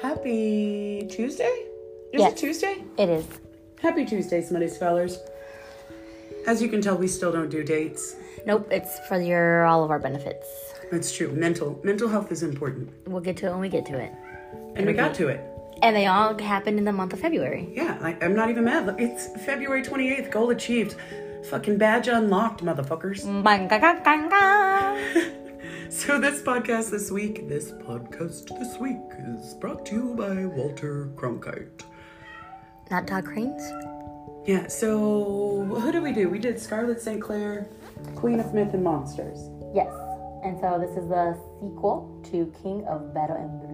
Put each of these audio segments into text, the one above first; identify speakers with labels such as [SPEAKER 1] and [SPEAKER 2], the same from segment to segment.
[SPEAKER 1] happy Tuesday. Is
[SPEAKER 2] Yes.
[SPEAKER 1] it Tuesday?
[SPEAKER 2] It is.
[SPEAKER 1] Happy Tuesday, Smutty Spellers. As you can tell, we still don't do dates.
[SPEAKER 2] Nope, it's for your all of our benefits.
[SPEAKER 1] That's true. Mental mental health is important,
[SPEAKER 2] We'll get to it when we get to it.
[SPEAKER 1] and we got to it.
[SPEAKER 2] And they all happened in the month of February.
[SPEAKER 1] Yeah, I, I'm not even mad. Look, It's February 28th. Goal achieved. Fucking badge unlocked, motherfuckers.
[SPEAKER 2] Bang-ga-ga-gang-ga.
[SPEAKER 1] So this podcast this week, this podcast this week is brought to you by Walter Cronkite.
[SPEAKER 2] Not Todd Cranes?
[SPEAKER 1] Yeah, so who did we do? We did Scarlet St. Clair, Queen of Myth and Monsters.
[SPEAKER 2] Yes. And so this is the sequel to King of Battle and Blood.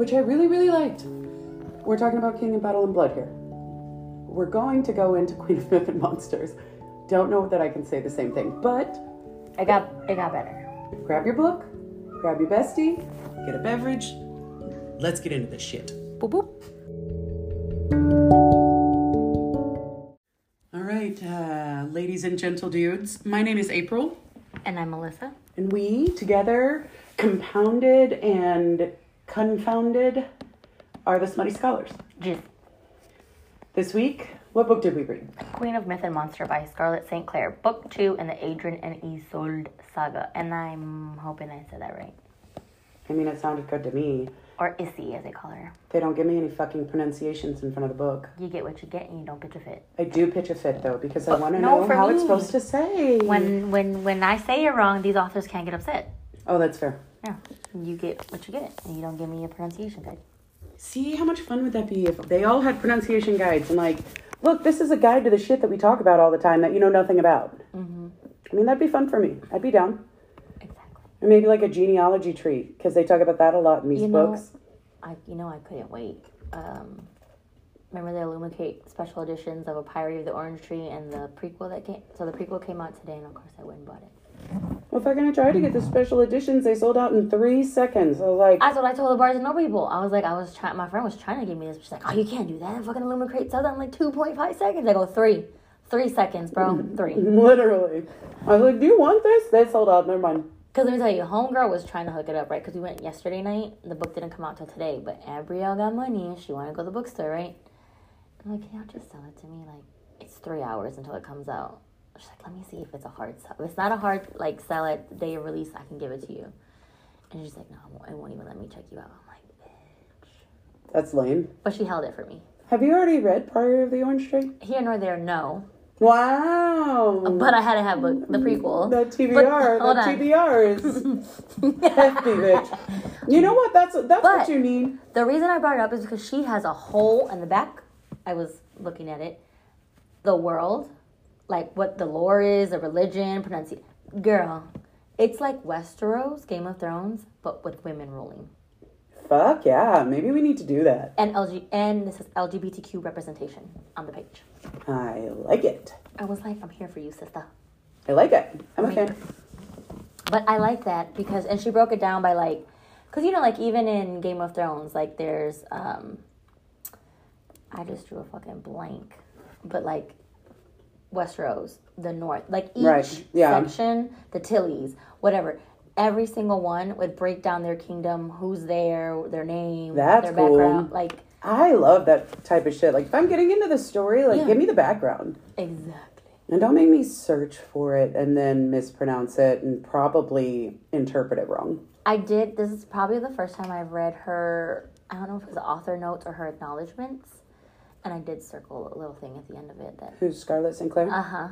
[SPEAKER 1] which I really, really liked. We're talking about King and Battle and Blood here. We're going to go into Queen of Myth and Monsters. Don't know that I can say the same thing, but
[SPEAKER 2] It got it got better.
[SPEAKER 1] grab your book, grab your bestie, get a beverage. Let's get into this shit.
[SPEAKER 2] Boop boop.
[SPEAKER 1] All right, uh, ladies and gentle dudes, my name is April,
[SPEAKER 2] And I'm Melissa.
[SPEAKER 1] and we together compounded and confounded are the Smutty Scholars.
[SPEAKER 2] Just
[SPEAKER 1] This week, what book did we read?
[SPEAKER 2] Queen of Myth and Monster by Scarlett St. Clair, Book 2 in the Adrian and Isolde saga. And I'm hoping I said that right.
[SPEAKER 1] I mean, it sounded good to me.
[SPEAKER 2] Or Issy, as they call her.
[SPEAKER 1] They don't give me any fucking pronunciations in front of the book.
[SPEAKER 2] You get what you get and you don't pitch a fit.
[SPEAKER 1] I do pitch a fit though because I want to
[SPEAKER 2] Oh, no,
[SPEAKER 1] know
[SPEAKER 2] for
[SPEAKER 1] how it's
[SPEAKER 2] me.
[SPEAKER 1] supposed to say.
[SPEAKER 2] When when when I say it wrong, these authors can't get upset.
[SPEAKER 1] oh, that's fair.
[SPEAKER 2] Yeah. You get what you get. And you don't give me a pronunciation guide.
[SPEAKER 1] See how much fun would that be if they all had pronunciation guides and like, look, this is a guide to the shit that we talk about all the time that you know nothing about.
[SPEAKER 2] Mm-hmm.
[SPEAKER 1] I mean, that'd be fun for me. I'd be down.
[SPEAKER 2] Exactly.
[SPEAKER 1] Or maybe like a genealogy tree because they talk about that a lot in these
[SPEAKER 2] You know,
[SPEAKER 1] books.
[SPEAKER 2] I you know I couldn't wait. Um, remember the Illumicate special editions of A Pirate of the Orange Tree and the prequel that came so the prequel came out today and of course I went and bought it.
[SPEAKER 1] Well, fucking, I tried to get the special editions. They sold out in three seconds. I was like,
[SPEAKER 2] That's what I told the Barnes and Noble people. I was like I was trying my friend was trying to give me this, but she's like, Oh you can't do that. Fucking Illumicate sells out in like two point five seconds. I go three. Three seconds, bro. Three.
[SPEAKER 1] literally. I was like, do you want this? They sold out. Never mind.
[SPEAKER 2] Because let me tell you, Homegirl was trying to hook it up, right? Because we went yesterday night. The book didn't come out till today, but Abrielle got money and she wanted to go to the bookstore, right? I'm like, can y'all just sell it to me? Like, it's three hours until it comes out. She's like, let me see if it's a hard sell. If it's not a hard, like, sell it, the day of release, I can give it to you. And she's like, no, it won't- it won't even let me check you out. I'm like, bitch.
[SPEAKER 1] That's lame.
[SPEAKER 2] But she held it for me.
[SPEAKER 1] Have you already read Pirate of the Orange Tree?
[SPEAKER 2] Here nor there, no.
[SPEAKER 1] Wow.
[SPEAKER 2] But I had to have book, the prequel.
[SPEAKER 1] That
[SPEAKER 2] But-
[SPEAKER 1] TBR,
[SPEAKER 2] hold
[SPEAKER 1] that
[SPEAKER 2] on.
[SPEAKER 1] TBR is hefty, bitch. You know what? That's that's what
[SPEAKER 2] But-
[SPEAKER 1] you need.
[SPEAKER 2] The reason I brought it up is because she has a hole in the back. I was looking at it. The world, like what the lore is, the religion, pronunciation. Girl, it's like Westeros, Game of Thrones, but with women ruling.
[SPEAKER 1] Fuck yeah. Maybe we need to do that.
[SPEAKER 2] And LG and this is LGBTQ representation on the page.
[SPEAKER 1] I like it.
[SPEAKER 2] I was like, I'm here for you, sister.
[SPEAKER 1] I like it. I'm a
[SPEAKER 2] Me
[SPEAKER 1] fan.
[SPEAKER 2] But I like that because, and she broke it down by like, because you know, like even in Game of Thrones, like there's, um, I just drew a fucking blank, but like Westeros, the North, like each
[SPEAKER 1] Right, yeah.
[SPEAKER 2] section, the Tillys, whatever. Every single one would break down their kingdom, who's there, their name,
[SPEAKER 1] That's
[SPEAKER 2] their
[SPEAKER 1] cool.
[SPEAKER 2] background, like
[SPEAKER 1] I love that type of shit. Like if I'm getting into the story, like
[SPEAKER 2] Yeah.
[SPEAKER 1] give me the background.
[SPEAKER 2] exactly.
[SPEAKER 1] And don't make me search for it and then mispronounce it and probably interpret it wrong.
[SPEAKER 2] I did. This is probably the first time I've read her. I don't know if it was author notes or her acknowledgments, and I did circle a little thing at the end of it that.
[SPEAKER 1] Who's Scarlett Sinclair?
[SPEAKER 2] Uh huh.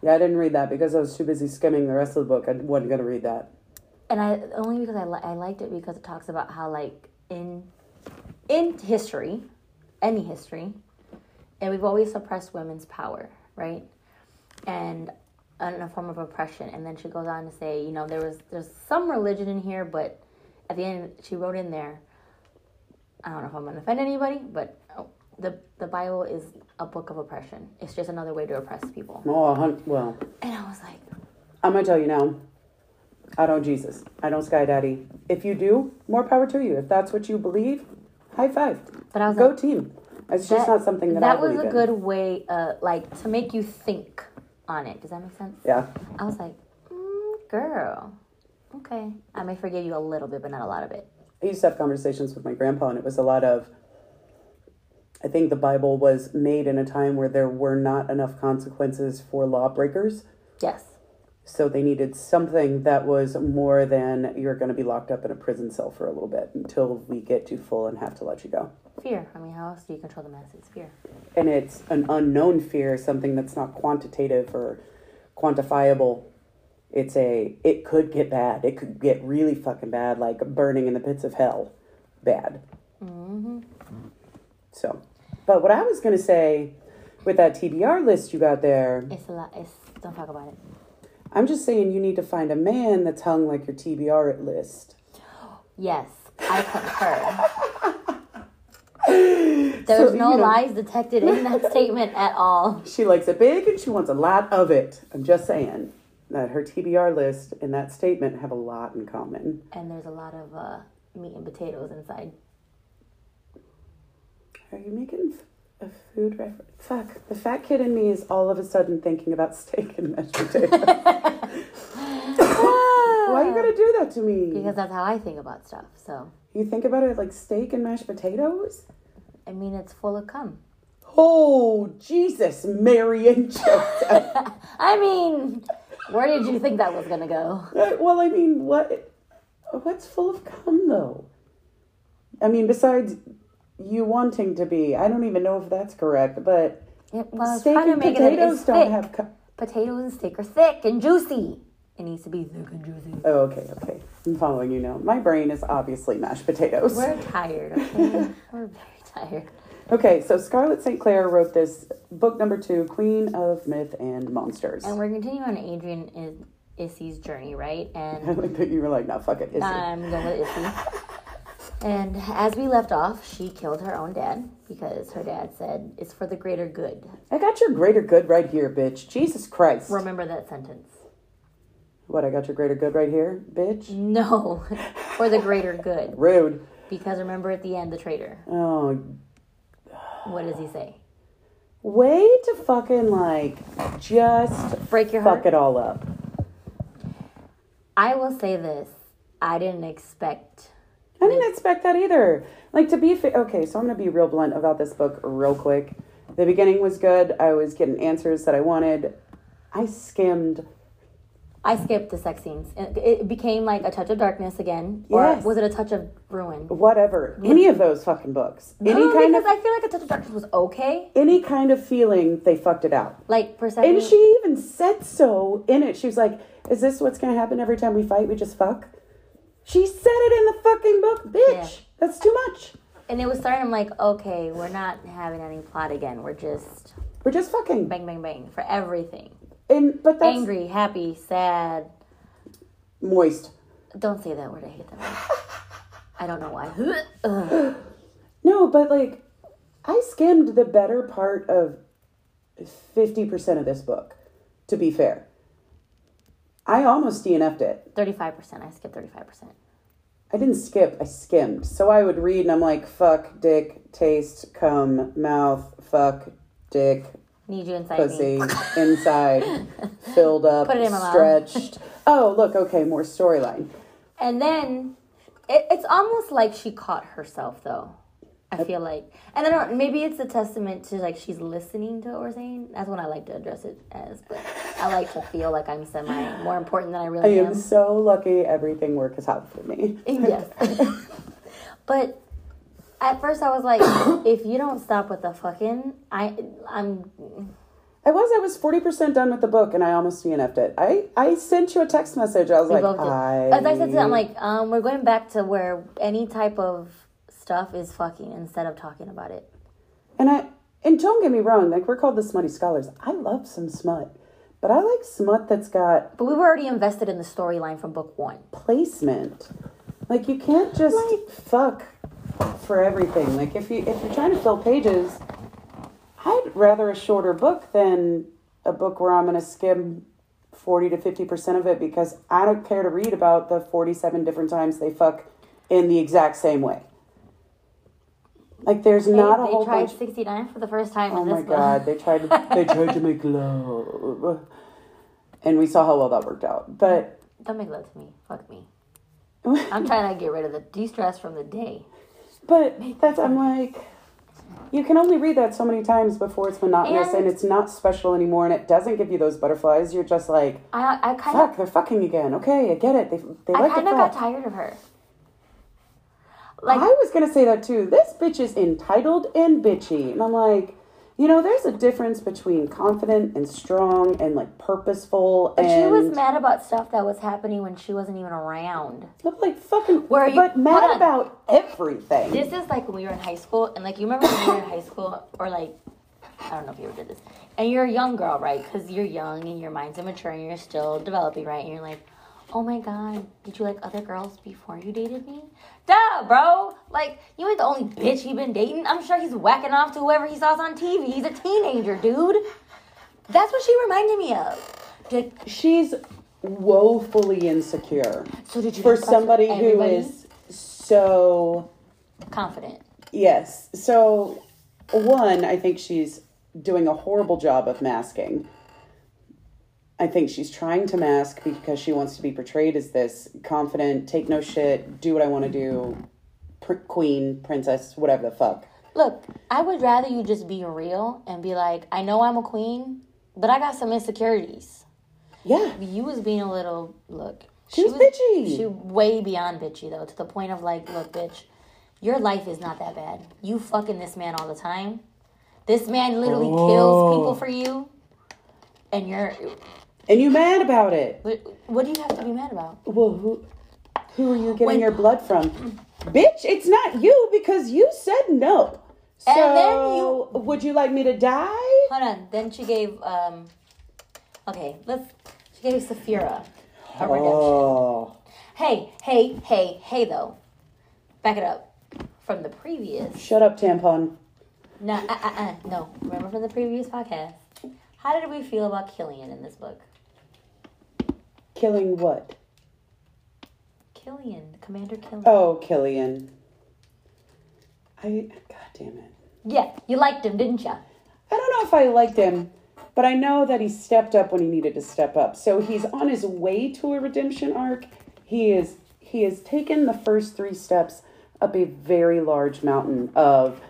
[SPEAKER 1] yeah, I didn't read that because I was too busy skimming the rest of the book. I wasn't gonna read that.
[SPEAKER 2] And I only because I li- I liked it because it talks about how like in in history, any history, and we've always suppressed women's power, right? And in a form of oppression. And then she goes on to say, you know, there was there's some religion in here, but at the end she wrote in there. I don't know if I'm gonna offend anybody, but oh, the the Bible is a book of oppression. It's just another way to oppress people.
[SPEAKER 1] Oh, a hun- well,
[SPEAKER 2] And I was like,
[SPEAKER 1] I'm gonna tell you now. I don't Jesus. I don't Sky Daddy. If you do, more power to you. If that's what you believe, high five.
[SPEAKER 2] but I was
[SPEAKER 1] Go
[SPEAKER 2] like,
[SPEAKER 1] team. It's just not something that, I
[SPEAKER 2] that was
[SPEAKER 1] believe
[SPEAKER 2] a
[SPEAKER 1] in.
[SPEAKER 2] good way, uh, like to make you think on it. Does that make sense?
[SPEAKER 1] Yeah,
[SPEAKER 2] I was like, mm, girl, okay, I may forgive you a little bit, but not a lot of it.
[SPEAKER 1] I used to have conversations with my grandpa, and it was a lot of. I think the Bible was made in a time where there were not enough consequences for lawbreakers.
[SPEAKER 2] Yes.
[SPEAKER 1] So they needed something that was more than you're going to be locked up in a prison cell for a little bit until we get you full and have to let you go.
[SPEAKER 2] Fear. I mean, how else do you control the masses? Fear.
[SPEAKER 1] And it's an unknown fear, something that's not quantitative or quantifiable. It's a, it could get bad. It could get really fucking bad, like burning in the pits of hell bad.
[SPEAKER 2] hmm
[SPEAKER 1] So, but what I was going to say with that TBR list you got there,
[SPEAKER 2] It's a lot. It's, don't talk about it.
[SPEAKER 1] I'm just saying you need to find a man that's hung like your TBR list.
[SPEAKER 2] Yes, I concur. There was
[SPEAKER 1] So,
[SPEAKER 2] no
[SPEAKER 1] you know-
[SPEAKER 2] lies detected in that statement at all.
[SPEAKER 1] She likes it big and she wants a lot of it. I'm just saying that her TBR list and that statement have a lot in common.
[SPEAKER 2] And there's a lot of uh, meat and potatoes inside.
[SPEAKER 1] Are you making f- a food reference? Fuck. The fat kid in me is all of a sudden thinking about steak and mashed potatoes. Why you gotta do that to me?
[SPEAKER 2] Because that's how I think about stuff. So,
[SPEAKER 1] you think about it like steak and mashed potatoes?
[SPEAKER 2] I mean, it's full of cum.
[SPEAKER 1] Oh, Jesus, Mary and Joseph.
[SPEAKER 2] I mean, where did you think that was gonna go?
[SPEAKER 1] Uh, well, I mean, what? What's full of cum though? I mean, besides you wanting to be, I don't even know if that's correct, but
[SPEAKER 2] It, well, it's
[SPEAKER 1] steak
[SPEAKER 2] trying to
[SPEAKER 1] and
[SPEAKER 2] make it. It
[SPEAKER 1] potatoes
[SPEAKER 2] is
[SPEAKER 1] don't
[SPEAKER 2] thick.
[SPEAKER 1] have cum.
[SPEAKER 2] Potatoes and steak are thick and juicy. It needs to be thick and juicy.
[SPEAKER 1] Oh, okay, okay. I'm following you now. My brain is obviously mashed potatoes.
[SPEAKER 2] We're tired. Okay, we're very tired.
[SPEAKER 1] Okay, so Scarlett St. Clair wrote this book number two, Queen of Myth and Monsters.
[SPEAKER 2] And we're continuing on Adrian and Issy's journey, right?
[SPEAKER 1] I
[SPEAKER 2] And
[SPEAKER 1] like that you were like, no, fuck it. Izzy.
[SPEAKER 2] I'm going with Issy. And as we left off, she killed her own dad because her dad said, It's for the greater good.
[SPEAKER 1] I got your greater good right here, bitch. Jesus Christ.
[SPEAKER 2] Remember that sentence.
[SPEAKER 1] What, I got your greater good right here, bitch?
[SPEAKER 2] No, for the greater good.
[SPEAKER 1] Rude.
[SPEAKER 2] Because remember at the end, the traitor.
[SPEAKER 1] Oh,
[SPEAKER 2] What does he say?
[SPEAKER 1] Way to fucking like just
[SPEAKER 2] Break your heart.
[SPEAKER 1] fuck it all up.
[SPEAKER 2] I will say this I didn't expect.
[SPEAKER 1] I didn't expect that either. Like to be fa- okay, so I'm gonna be real blunt about this book real quick. The beginning was good. I was getting answers that I wanted. I skimmed.
[SPEAKER 2] I skipped the sex scenes. It, it became like a touch of darkness again.
[SPEAKER 1] Yes.
[SPEAKER 2] Or was it a touch of ruin?
[SPEAKER 1] Whatever, any of those fucking books, any
[SPEAKER 2] No,
[SPEAKER 1] kind of
[SPEAKER 2] because I feel like a touch of darkness was okay.
[SPEAKER 1] any kind of feeling, they fucked it out.
[SPEAKER 2] Like Persephone.
[SPEAKER 1] And she even said so in it. She was like, "Is this what's gonna happen every time we fight? We just fuck." She said it in the fucking book, bitch.
[SPEAKER 2] Yeah.
[SPEAKER 1] That's too much.
[SPEAKER 2] And it was starting, I'm like, okay, we're not having any plot again. We're just
[SPEAKER 1] We're just fucking.
[SPEAKER 2] bang, bang, bang for everything.
[SPEAKER 1] And but that's
[SPEAKER 2] Angry, happy, sad.
[SPEAKER 1] moist.
[SPEAKER 2] Don't say that word. I hate that word. I don't know why. Ugh.
[SPEAKER 1] No, but like I skimmed the better part of 50% of this book, to be fair. I almost DNF'd it.
[SPEAKER 2] 35%. I skipped 35%.
[SPEAKER 1] I didn't skip, I skimmed. So I would read and I'm like, fuck, dick, taste, cum, mouth, fuck, dick,
[SPEAKER 2] Need you inside me.
[SPEAKER 1] pussy, inside, filled up,
[SPEAKER 2] Put it in my mouth.
[SPEAKER 1] stretched. Oh, look, okay, more storyline.
[SPEAKER 2] And then it, it's almost like she caught herself, though. I feel like, and I don't. Maybe it's a testament to like she's listening to what we're saying. That's what I like to address it as. But I like to feel like I'm semi more important than I
[SPEAKER 1] I
[SPEAKER 2] really
[SPEAKER 1] am so lucky everything work has happened for me.
[SPEAKER 2] Yes. but at first I was like, if you don't stop with the fucking, I, I'm,
[SPEAKER 1] I was. I was forty percent done with the book, and I almost DNF'd it. I I sent you a text message. I was like,
[SPEAKER 2] both did.
[SPEAKER 1] I.
[SPEAKER 2] as I said to them, I'm like, um, we're going back to where any type of stuff is fucking instead of talking about it.
[SPEAKER 1] and I and don't get me wrong. Like we're called the smutty scholars. I love some smut, but I like smut that's got
[SPEAKER 2] But we were already invested in the storyline from book one.
[SPEAKER 1] placement. Like you can't just fuck for everything. Like if you if you're trying to fill pages, I'd rather a shorter book than a book where I'm gonna skim forty to fifty percent of it because I don't care to read about the forty seven different times they fuck in the exact same way. Like there's not a
[SPEAKER 2] they
[SPEAKER 1] whole
[SPEAKER 2] tried
[SPEAKER 1] bunch.
[SPEAKER 2] 69 for the first time
[SPEAKER 1] Oh
[SPEAKER 2] in this
[SPEAKER 1] my
[SPEAKER 2] book.
[SPEAKER 1] god, they tried to, they tried to make love, and we saw how well that worked out. But
[SPEAKER 2] Don't make love to me. Fuck me. I'm trying to get rid of the de stress from the day.
[SPEAKER 1] But that's I'm like, you can only read that so many times before it's monotonous and,
[SPEAKER 2] And-
[SPEAKER 1] it's not special anymore, and it doesn't give you those butterflies. You're just like,
[SPEAKER 2] I I kind of
[SPEAKER 1] fuck, they're fucking again. Okay, I get it. They they
[SPEAKER 2] I
[SPEAKER 1] like to
[SPEAKER 2] kind of got
[SPEAKER 1] fuck.
[SPEAKER 2] tired of her. Like
[SPEAKER 1] I was gonna say that too. This bitch is entitled and bitchy, and I'm like, you know, there's a difference between confident and strong and like purposeful.
[SPEAKER 2] but she
[SPEAKER 1] and
[SPEAKER 2] was mad about stuff that was happening when she wasn't even around.
[SPEAKER 1] I'm like fucking.
[SPEAKER 2] Where are you-
[SPEAKER 1] But
[SPEAKER 2] hold
[SPEAKER 1] mad
[SPEAKER 2] on.
[SPEAKER 1] about everything.
[SPEAKER 2] This is like when we were in high school, and like you remember when we were in high school, or like I don't know if you ever did this, and you're a young girl, right? Because you're young and your mind's immature and you're still developing, right? And you're like, oh my god, did you like other girls before you dated me? Duh, bro. Like you ain't the only bitch he been dating. I'm sure he's whacking off to whoever he saws on TV. He's a teenager, dude. That's what she reminded me of. Did,
[SPEAKER 1] She's woefully insecure
[SPEAKER 2] so did you
[SPEAKER 1] for
[SPEAKER 2] have sex with
[SPEAKER 1] somebody who
[SPEAKER 2] everybody?
[SPEAKER 1] is so
[SPEAKER 2] confident?
[SPEAKER 1] Yes. So, one, I think she's doing a horrible job of masking. I think she's trying to mask because she wants to be portrayed as this confident, take no shit, do what I want to do, pr- queen, princess, whatever the fuck.
[SPEAKER 2] Look, I would rather you just be real and be like, I know I'm a queen, but I got some insecurities.
[SPEAKER 1] Yeah.
[SPEAKER 2] You was being a little look.
[SPEAKER 1] She was bitchy.
[SPEAKER 2] She way beyond bitchy though, to the point of like, look, bitch, your life is not that bad. You fucking this man all the time. This man literally
[SPEAKER 1] Oh.
[SPEAKER 2] kills people for you, and you're.
[SPEAKER 1] And you mad about it?
[SPEAKER 2] What, what do you have to be mad about?
[SPEAKER 1] Well, who, who are you getting
[SPEAKER 2] When-
[SPEAKER 1] your blood from? Bitch, it's not you because you said no. So,
[SPEAKER 2] And then
[SPEAKER 1] would you like me to die?
[SPEAKER 2] Hold on. Then she gave um. Okay, let's. She gave Saphira a redemption.
[SPEAKER 1] Oh.
[SPEAKER 2] Hey, hey, hey, hey though. Back it up. From the previous.
[SPEAKER 1] Shut up, tampon.
[SPEAKER 2] No, uh, uh, uh, no. Remember from the previous podcast? How did we feel about Killian in this book?
[SPEAKER 1] Killing what?
[SPEAKER 2] Killian, Commander Killian.
[SPEAKER 1] Oh, Killian. I god damn it.
[SPEAKER 2] Yeah, you liked him, didn't you?
[SPEAKER 1] I don't know if I liked him, but I know that he stepped up when he needed to step up. So he's on his way to a redemption arc. He is he has taken the first three steps up a very large mountain of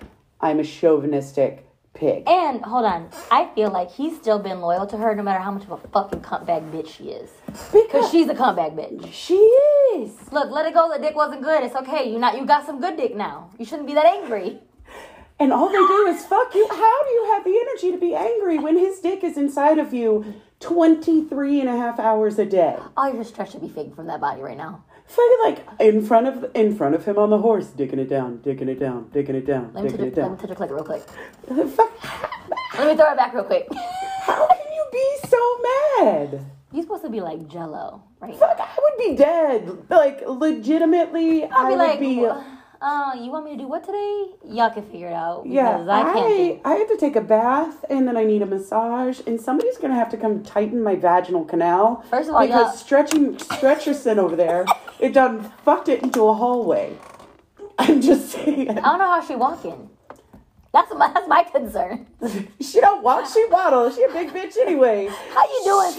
[SPEAKER 1] I'm a chauvinistic pig.
[SPEAKER 2] And hold on, I feel like he's still been loyal to her no matter how much of a fucking cuntbag bitch she is. Because
[SPEAKER 1] Because
[SPEAKER 2] she's a cuntbag bitch.
[SPEAKER 1] she is.
[SPEAKER 2] Look, let it go. The dick wasn't good. It's okay. You not you got some good dick now. You shouldn't be that angry.
[SPEAKER 1] And all they do is fuck you. How do you have the energy to be angry when his dick is inside of you 23 and a half hours a day?
[SPEAKER 2] All your stress should be fake from that body right now.
[SPEAKER 1] Fucking like in front of in front of him on the horse, digging it down, digging it down, digging it down,
[SPEAKER 2] Let me
[SPEAKER 1] digging
[SPEAKER 2] touch
[SPEAKER 1] it
[SPEAKER 2] let me
[SPEAKER 1] down.
[SPEAKER 2] touch a click real quick.
[SPEAKER 1] Fuck,
[SPEAKER 2] Let me throw it back real quick.
[SPEAKER 1] how can you be so mad?
[SPEAKER 2] You're supposed to be like Jello, right?
[SPEAKER 1] Fuck, I would be dead. Like legitimately, I'd
[SPEAKER 2] I'll be like,
[SPEAKER 1] be.
[SPEAKER 2] uh, you want me to do what today? Y'all can figure it out
[SPEAKER 1] Yeah,
[SPEAKER 2] because I can't.
[SPEAKER 1] I,
[SPEAKER 2] do-
[SPEAKER 1] I have to take a bath and then I need a massage and somebody's gonna have to come tighten my vaginal canal.
[SPEAKER 2] First of all,
[SPEAKER 1] because
[SPEAKER 2] y'all-
[SPEAKER 1] stretching stretcherson over there, it done fucked it into a hallway. I'm just saying,
[SPEAKER 2] I don't know how she walking. That's my that's my concern.
[SPEAKER 1] she don't walk, she waddles. She a big bitch anyway.
[SPEAKER 2] How you doing,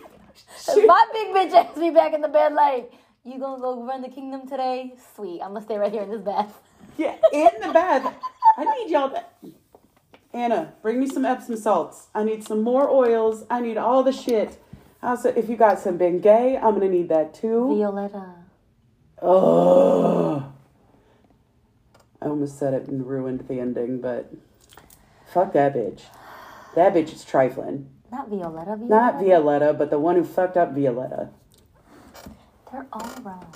[SPEAKER 2] stuff? My big bitch asked me back in the bed like, you gonna go run the kingdom today? Sweet, I'm gonna stay right here in this bath.
[SPEAKER 1] yeah, in the bath. I need y'all. To, Anna, bring me some Epsom salts. I need some more oils. I need all the shit. Also, if you got some Bengay, I'm gonna need that too.
[SPEAKER 2] Violetta.
[SPEAKER 1] Oh, I almost said it and ruined the ending, but fuck that bitch. That bitch is trifling.
[SPEAKER 2] Not Violetta, Violetta.
[SPEAKER 1] Not Violetta, but the one who fucked up Violetta.
[SPEAKER 2] They're all wrong.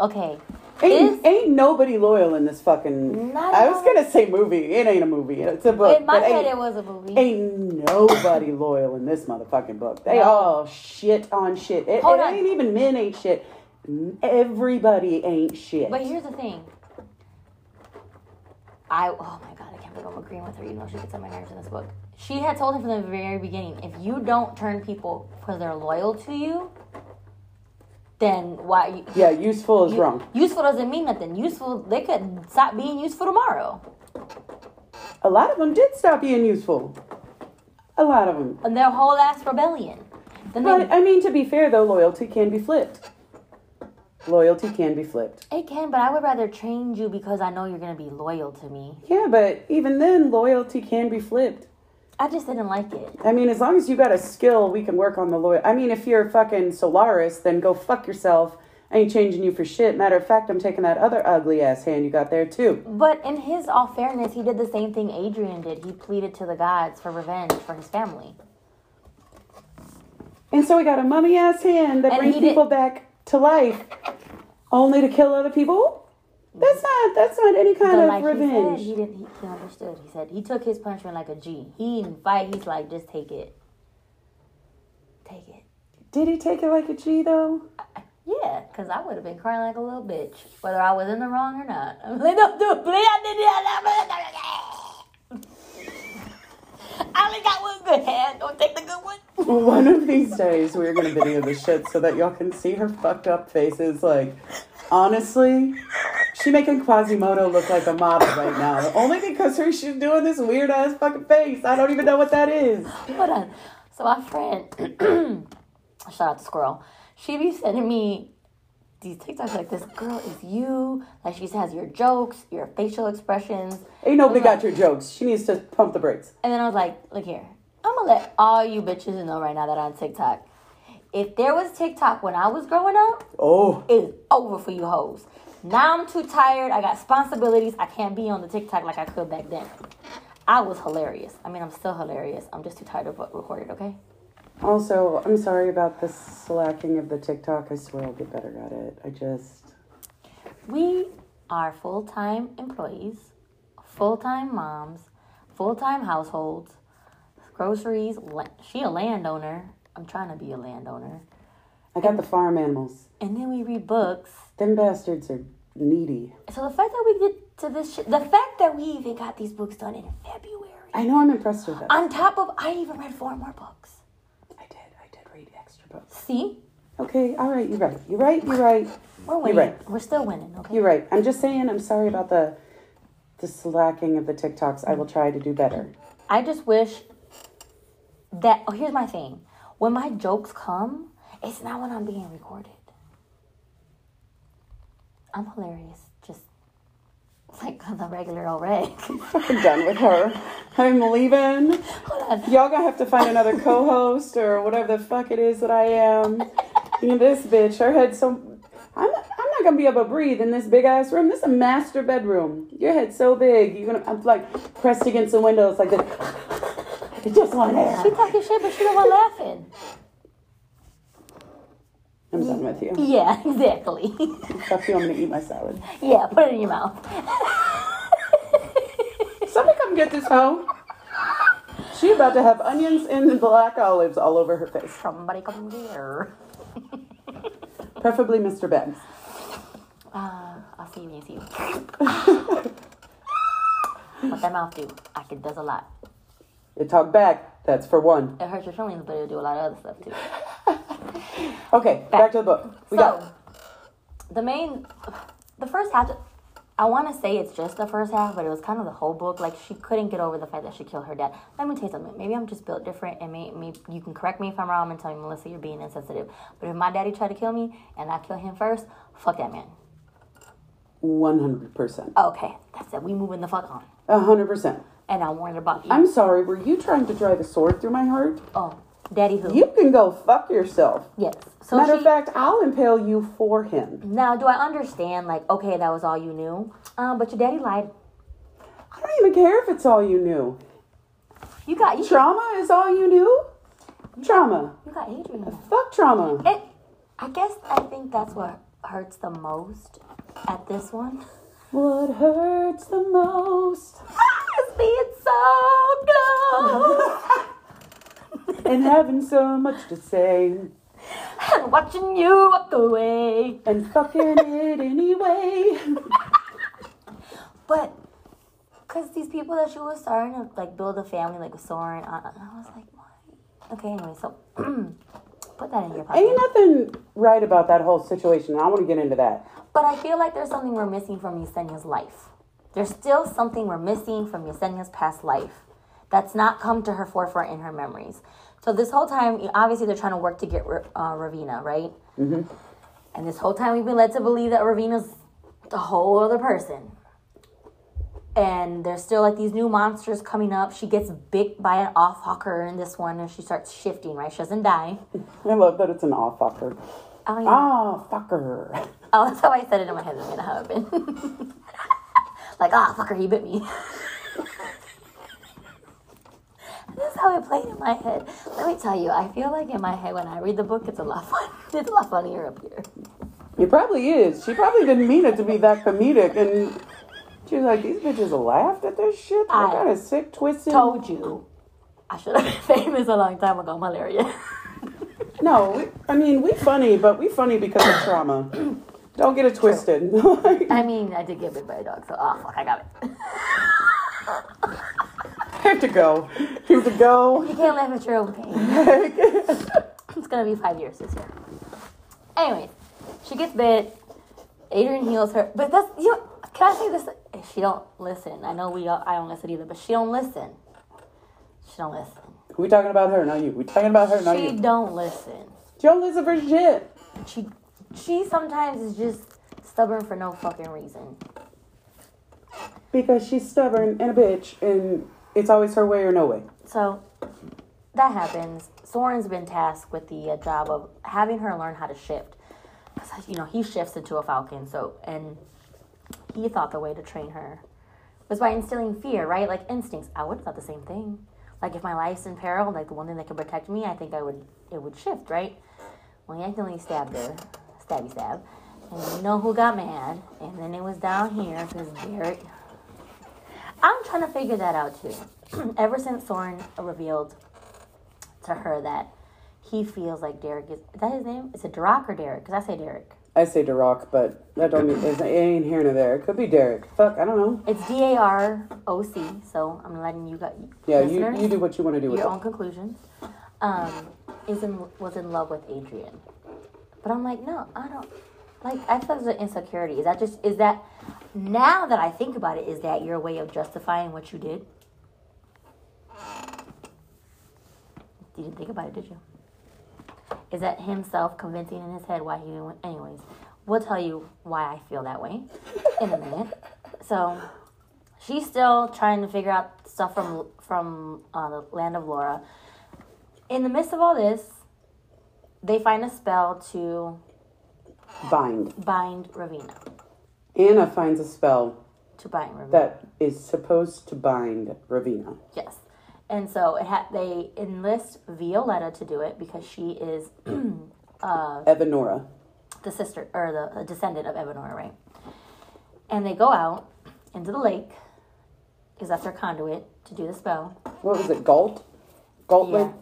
[SPEAKER 2] Okay.
[SPEAKER 1] Ain't, ain't nobody loyal in this fucking.
[SPEAKER 2] Not
[SPEAKER 1] I was
[SPEAKER 2] at all.
[SPEAKER 1] gonna say movie. It ain't a movie. It's a book.
[SPEAKER 2] In my
[SPEAKER 1] but ain't-
[SPEAKER 2] head it was a movie.
[SPEAKER 1] Ain't nobody loyal in this motherfucking book. They
[SPEAKER 2] No.
[SPEAKER 1] all shit on shit. It, it
[SPEAKER 2] Hold on.
[SPEAKER 1] ain't even men ain't shit. Everybody ain't shit.
[SPEAKER 2] But here's the thing. I oh my god, I can't believe I'm agreeing with her. You know she gets on my nerves in this book. She had told him from the very beginning, if you don't turn people because they're loyal to you, then why? You,
[SPEAKER 1] yeah, useful is
[SPEAKER 2] you-
[SPEAKER 1] wrong.
[SPEAKER 2] Useful doesn't mean nothing. Useful, they could stop being useful tomorrow,
[SPEAKER 1] A lot of them did stop being useful. A lot of them.
[SPEAKER 2] and their whole ass rebellion. Then
[SPEAKER 1] But
[SPEAKER 2] they,
[SPEAKER 1] I mean, to be fair though, loyalty can be flipped. Loyalty can be flipped.
[SPEAKER 2] It can, but I would rather train you because I know you're gonna be loyal to me.
[SPEAKER 1] Yeah, but even then, loyalty can be flipped.
[SPEAKER 2] I just didn't like it.
[SPEAKER 1] I mean, as long as you got a skill, we can work on the lawyer. I mean, if you're fucking Solaris, then go fuck yourself. I ain't changing you for shit. Matter of fact, I'm taking that other ugly ass hand you got there too.
[SPEAKER 2] But in his all fairness, he did the same thing Adrian did. He pleaded to the gods for revenge for his family.
[SPEAKER 1] And so we got a mummy ass hand that
[SPEAKER 2] And
[SPEAKER 1] brings
[SPEAKER 2] he did-
[SPEAKER 1] people back to life, only to kill other people. That's not. That's not any kind
[SPEAKER 2] But
[SPEAKER 1] of
[SPEAKER 2] like
[SPEAKER 1] revenge.
[SPEAKER 2] he said, he didn't. He, he understood. He said he took his punishment like a G. He didn't fight. He's like, just take it. Take it.
[SPEAKER 1] Did he take it like a G though?
[SPEAKER 2] Yeah, because I would have been crying like a little bitch, whether I was in the wrong or not. I'm like, don't do it, please. I did it. I only got one good hand. Don't take the good one.
[SPEAKER 1] One of these days, we're gonna video this shit so that y'all can see her fucked up faces. Like, honestly, she making Quasimodo look like a model right now. Only because her she's doing this weird ass fucking face. I don't even know what that is.
[SPEAKER 2] Hold on. So my friend, shout out to Squirrel, she be sending me these TikToks like, this girl is you. Like she has your jokes, your facial expressions.
[SPEAKER 1] Ain't nobody got your jokes. She needs to pump the brakes.
[SPEAKER 2] And then I was like, look here. I'm gonna let all you bitches know right now that I'm on TikTok. If there was TikTok when I was growing up,
[SPEAKER 1] Oh,
[SPEAKER 2] it is over for you hoes. Now I'm too tired. I got responsibilities. I can't be on the TikTok like I could back then. I was hilarious. I mean, I'm still hilarious. I'm just too tired of what recorded, okay?
[SPEAKER 1] also, I'm sorry about the slacking of the TikTok. I swear I'll get better at it. I just.
[SPEAKER 2] We are full time employees, full time moms, full time households, groceries. La- she a landowner. I'm trying to be a landowner.
[SPEAKER 1] I got the farm animals.
[SPEAKER 2] And then we read books.
[SPEAKER 1] Them bastards are needy.
[SPEAKER 2] So the fact that we get to this shit, the fact that we even got these books done in February,
[SPEAKER 1] I know I'm impressed with that. I
[SPEAKER 2] on top of, I even read four more books.
[SPEAKER 1] did. I did read extra books.
[SPEAKER 2] See?
[SPEAKER 1] Okay, all right, you're right. You're right, you're right.
[SPEAKER 2] We're winning.
[SPEAKER 1] right.
[SPEAKER 2] We're still winning, okay?
[SPEAKER 1] You're right. I'm just saying I'm sorry about the the slacking of the TikToks. I will try to do better.
[SPEAKER 2] I just wish that. Oh, here's my thing. When my jokes come, it's not when I'm being recorded. I'm hilarious, just like the regular old reg.
[SPEAKER 1] I'm done with her. I'm leaving.
[SPEAKER 2] Hold on.
[SPEAKER 1] Y'all gonna have to find another co-host or whatever the fuck it is that I am. You know, this bitch, her head's so I'm I'm not gonna be able to breathe in this big ass room. This is a master bedroom. Your head's so big, you're gonna I'm like pressed against the window. It's like this. I just want air.
[SPEAKER 2] She talking shit, but she the one laughing.
[SPEAKER 1] I'm done with you.
[SPEAKER 2] Yeah, exactly.
[SPEAKER 1] Fuck you, I'm gonna eat my salad.
[SPEAKER 2] yeah, put it in your mouth.
[SPEAKER 1] Somebody come get this hoe. She about to have onions and black olives all over her face.
[SPEAKER 2] Somebody come here.
[SPEAKER 1] Preferably Mr. Ben's.
[SPEAKER 2] Uh, I'll see you when you see you. what that mouth do? I can does a lot.
[SPEAKER 1] It talk back. That's for one.
[SPEAKER 2] It hurts your feelings, but it'll do a lot of other stuff too.
[SPEAKER 1] Okay, back to the book. We
[SPEAKER 2] so,
[SPEAKER 1] got
[SPEAKER 2] the main, the first half, I want to say it's just the first half, but it was kind of the whole book. Like, she couldn't get over the fact that she killed her dad. Let me tell you something. Maybe I'm just built different, and may, may, you can correct me if I'm wrong and tell me, Melissa, you're being insensitive. But if my daddy tried to kill me and I kill him first, fuck that man.
[SPEAKER 1] one hundred percent.
[SPEAKER 2] Okay, that's it. We moving the fuck on.
[SPEAKER 1] hundred percent.
[SPEAKER 2] And I warned about you.
[SPEAKER 1] I'm sorry, were you trying to drive a sword through my heart?
[SPEAKER 2] oh, daddy who?
[SPEAKER 1] You can go fuck yourself.
[SPEAKER 2] Yes. So
[SPEAKER 1] Matter of
[SPEAKER 2] she-
[SPEAKER 1] fact, I'll impale you for him.
[SPEAKER 2] Now, do I understand? Like, okay, that was all you knew, um, but your daddy lied.
[SPEAKER 1] I don't even care if it's all you knew.
[SPEAKER 2] You got you,
[SPEAKER 1] Trauma is all you knew? Trauma.
[SPEAKER 2] you got Adrian.
[SPEAKER 1] Fuck trauma.
[SPEAKER 2] It, I guess I think that's what hurts the most at this one.
[SPEAKER 1] What hurts the most?
[SPEAKER 2] It's being so
[SPEAKER 1] and having so much to say
[SPEAKER 2] close and watching you walk away.
[SPEAKER 1] and fucking it anyway.
[SPEAKER 2] But because these people that she was starting to like build a family, like with Soren, I, I was like, why? Okay, anyway, so put that in your pocket.
[SPEAKER 1] Ain't nothing right about that whole situation. I want to get into that.
[SPEAKER 2] But I feel like there's something we're missing from Yesenia's life. There's still something we're missing from Yesenia's past life that's not come to her forefront in her memories. So this whole time, obviously, they're trying to work to get Ra- uh, Ravina, right? And this whole time we've been led to believe that Ravina's a whole other person. And there's still like these new monsters coming up. She gets bit by an off hawker in this one and she starts shifting, right? She doesn't die.
[SPEAKER 1] I love that it's an all fucker.
[SPEAKER 2] Oh, yeah.
[SPEAKER 1] Ah, fucker.
[SPEAKER 2] oh, that's how I said it in my head. That's how it happened. like, ah, fucker, he bit me. that's how it played in my head. Let me tell you, I feel like in my head when I read the book, it's a lot fun. It's a lot funnier up here.
[SPEAKER 1] It probably is. She probably didn't mean it to be that comedic. And she was like, these bitches laughed at this shit. They're
[SPEAKER 2] I
[SPEAKER 1] kind of sick, twisted.
[SPEAKER 2] Told you. I should have been famous a long time ago. Malaria.
[SPEAKER 1] No, we, I mean, we funny, but we funny because of trauma. Don't get it twisted. Like,
[SPEAKER 2] I mean, I did get bit by a dog, so oh fuck, I got it.
[SPEAKER 1] I have to go. You have to go.
[SPEAKER 2] You can't laugh at your own pain. It's gonna be five years this year. Anyway, she gets bit. Adrian heals her, but that's you. Know, can I say this? She don't listen. I know we don't. I don't listen either, but she don't listen. She don't listen.
[SPEAKER 1] we talking about her, not you. We talking about her, not
[SPEAKER 2] she
[SPEAKER 1] you.
[SPEAKER 2] don't listen.
[SPEAKER 1] Don't listen for shit.
[SPEAKER 2] She she sometimes is just stubborn for no fucking reason.
[SPEAKER 1] Because she's stubborn and a bitch, and it's always her way or no way.
[SPEAKER 2] So that happens. Soren's been tasked with the uh, job of having her learn how to shift. 'Cause, you know, he shifts into a falcon. So, and he thought the way to train her was by instilling fear, right? Like instincts. I would have thought the same thing. Like if my life's in peril, like the one thing that can protect me, I think I would, it would shift, right? Well, he accidentally stabbed her, stabby stab. And you know who got mad? And then it was down here because Derek I'm trying to figure that out too. Ever since Soren revealed to her that he feels like Derek is, is that his name? Is it Derek or Derek? Because I say Derek.
[SPEAKER 1] I say Derek, but that don't mean it ain't here nor there. It could be Derek. Fuck, I don't know.
[SPEAKER 2] It's D A R O C. So I'm letting you guys,
[SPEAKER 1] Yeah, you,
[SPEAKER 2] listeners,
[SPEAKER 1] you do what you want to do with
[SPEAKER 2] your
[SPEAKER 1] it.
[SPEAKER 2] own conclusions. Um, is in was in love with Adrian, but I'm like, no, I don't. Like I feel like there's an insecurity. Is that just is that now that I think about it, is that your way of justifying what you did? You didn't think about it, did you? Is that himself convincing in his head why he went? Anyways, we'll tell you why I feel that way in a minute. So she's still trying to figure out stuff from from uh, the land of Laura. In the midst of all this, they find a spell to
[SPEAKER 1] Bind.
[SPEAKER 2] bind Ravina.
[SPEAKER 1] Anna finds a spell
[SPEAKER 2] To bind Ravina.
[SPEAKER 1] that is supposed to bind Ravina.
[SPEAKER 2] Yes. And so it ha- they enlist Violetta to do it because she is
[SPEAKER 1] Evanora.
[SPEAKER 2] the sister or the descendant of Evanora, right? And they go out into the lake because that's their conduit to do the spell.
[SPEAKER 1] What was it? Galt? Galt
[SPEAKER 2] Yeah.
[SPEAKER 1] Lake?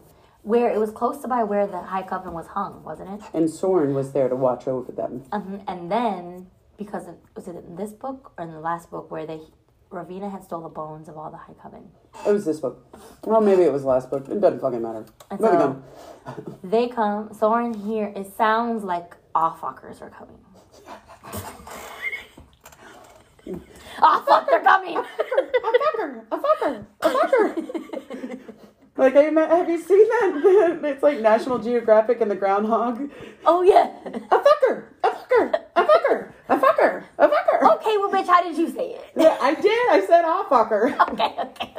[SPEAKER 2] Where it was close to by where the high coven was hung, wasn't it?
[SPEAKER 1] And Soren was there to watch over them.
[SPEAKER 2] Um, and then, because it, was it in this book or in the last book where they Ravina had stole the bones of all the High Coven?
[SPEAKER 1] It was this book. Well, maybe it was the last book. It doesn't fucking matter.
[SPEAKER 2] And
[SPEAKER 1] Moving
[SPEAKER 2] so-
[SPEAKER 1] on.
[SPEAKER 2] They come. Soren here. It sounds like all fuckers are coming. Ah, fuck, they're coming!
[SPEAKER 1] Like, hey, man, have you seen that? it's like National Geographic and the Groundhog.
[SPEAKER 2] oh yeah.
[SPEAKER 1] A fucker! A fucker! A fucker! A fucker! A fucker!
[SPEAKER 2] Okay, well, bitch, how did you say it?
[SPEAKER 1] Yeah, I did. I said ah fucker.
[SPEAKER 2] Okay, okay,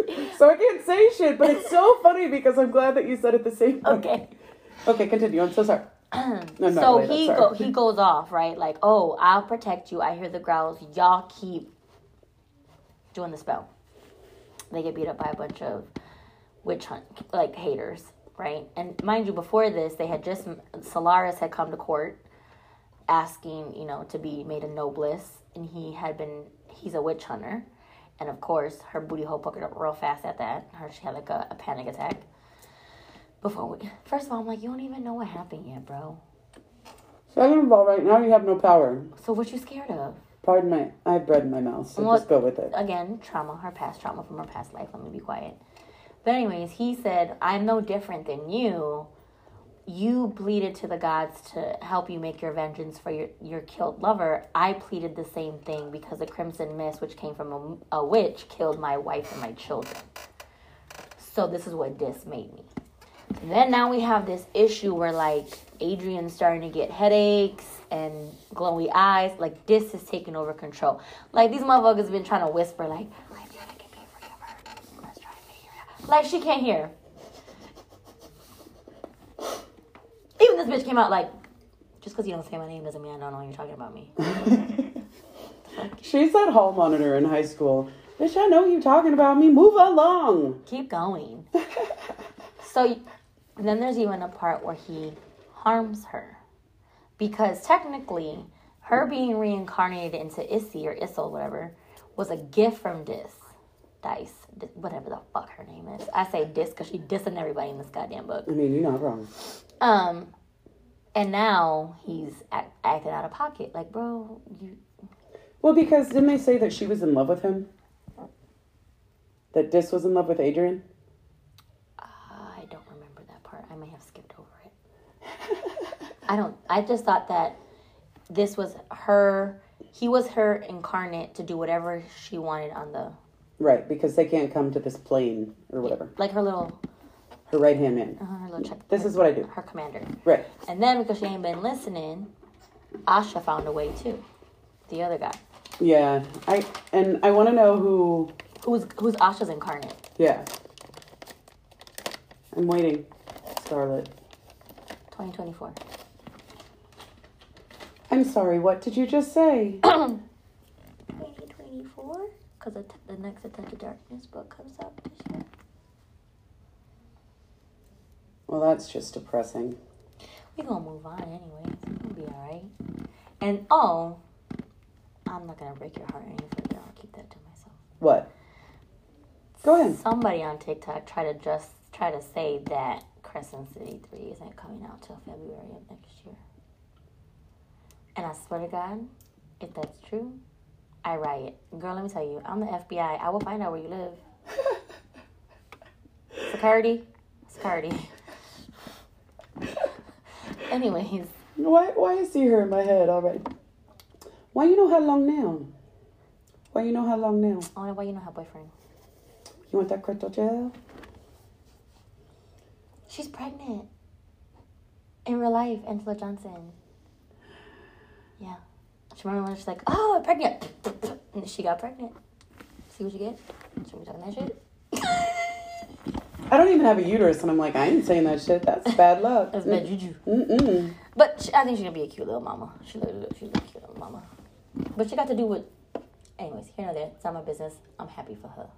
[SPEAKER 2] okay,
[SPEAKER 1] So I can't say shit, but it's so funny because I'm glad that you said it the same way.
[SPEAKER 2] okay.
[SPEAKER 1] Okay, continue. I'm so sorry. No, not
[SPEAKER 2] so
[SPEAKER 1] related,
[SPEAKER 2] he
[SPEAKER 1] sorry.
[SPEAKER 2] go, he goes off right like oh i'll protect you i hear the growls y'all keep doing the spell they get beat up by a bunch of witch hunt like haters right and mind you before this they had just solaris had come to court asking you know to be made a noblesse and he had been he's a witch hunter and of course her booty hole puckered up real fast at that her she had like a, a panic attack before we, first of all i'm like you don't even know what happened yet bro
[SPEAKER 1] Second of all, right now you have no power.
[SPEAKER 2] So what you scared of?
[SPEAKER 1] Pardon my, I have bread in my mouth, so
[SPEAKER 2] Well-
[SPEAKER 1] just go with it.
[SPEAKER 2] Again, trauma, her past trauma from her past life. Let me be quiet. But anyways, he said, "I'm no different than you. You pleaded to the gods to help you make your vengeance for your your killed lover. I pleaded the same thing because the crimson mist, which came from a, a witch, killed my wife and my children. So this is what this made me. And then now we have this issue where like Adrian's starting to get headaches and glowy eyes. Like this is taking over control. Like these motherfuckers been trying to whisper, like, "Life's gonna get me forever. Let's try and figure it out." Like she can't hear. Even this bitch came out like, just because you don't say my name doesn't mean I don't know you're talking about me.
[SPEAKER 1] She's that hall monitor in high school. Bitch, I know you talking about me. Move along.
[SPEAKER 2] Keep going. so y- then there's even a part where he harms her. Because technically, her being reincarnated into Issy or Issel, whatever, was a gift from Dis. Dice. Di- whatever the fuck her name is. I say Dis because she dissing everybody in this goddamn book.
[SPEAKER 1] I mean, you're not wrong.
[SPEAKER 2] Um, and now he's act- acting out of pocket. Like, bro, you.
[SPEAKER 1] Well, because didn't they say that she was in love with him? That Dis was in love with Adrian?
[SPEAKER 2] I don't remember that part. I may have skipped over it. I don't. I just thought that this was her. He was her incarnate to do whatever she wanted on the
[SPEAKER 1] Right, because they can't come to this plane or whatever.
[SPEAKER 2] like her little uh-huh,
[SPEAKER 1] Her right hand man.
[SPEAKER 2] her little check.
[SPEAKER 1] This is what I do.
[SPEAKER 2] her commander.
[SPEAKER 1] Right.
[SPEAKER 2] And then because she ain't been listening, Asha found a way too. The other guy,
[SPEAKER 1] Yeah. I and I want to know who.
[SPEAKER 2] who's who's Asha's incarnate.
[SPEAKER 1] Yeah. I'm waiting, Starlet.
[SPEAKER 2] 2024.
[SPEAKER 1] I'm sorry. What did you just say?
[SPEAKER 2] 2024? Because the next Attack of Darkness book comes out this year.
[SPEAKER 1] well, that's just depressing.
[SPEAKER 2] We're gonna move on anyways. We'll be alright. And oh, I'm not gonna break your heart any further. I'll keep that to myself.
[SPEAKER 1] What? Go ahead.
[SPEAKER 2] Somebody on TikTok try to just try to say that Crescent City 3 isn't coming out till February of next year. And I swear to God, if that's true, I riot. Girl, let me tell you, I'm the FBI. I will find out where you live. Security? Security. Anyways.
[SPEAKER 1] Why? Why I see her in my head already? Why you know how long now? Why you know how long now?
[SPEAKER 2] I wonder why you don't have a boyfriend.
[SPEAKER 1] You want that crypto gel?
[SPEAKER 2] She's pregnant. In real life, Angela Johnson. Yeah. She remember when she's like, oh, I'm pregnant. And she got pregnant. See what you get? Should we talking that shit?
[SPEAKER 1] I don't even have a uterus, and I'm like, I ain't saying that shit. That's bad luck. Mm,
[SPEAKER 2] That's bad juju.
[SPEAKER 1] Mm-mm.
[SPEAKER 2] But she, I think she's gonna be a cute little mama. She look, look, she look cute little mama. But she got to do with, anyways, here nor there. It's not my business. I'm happy for her.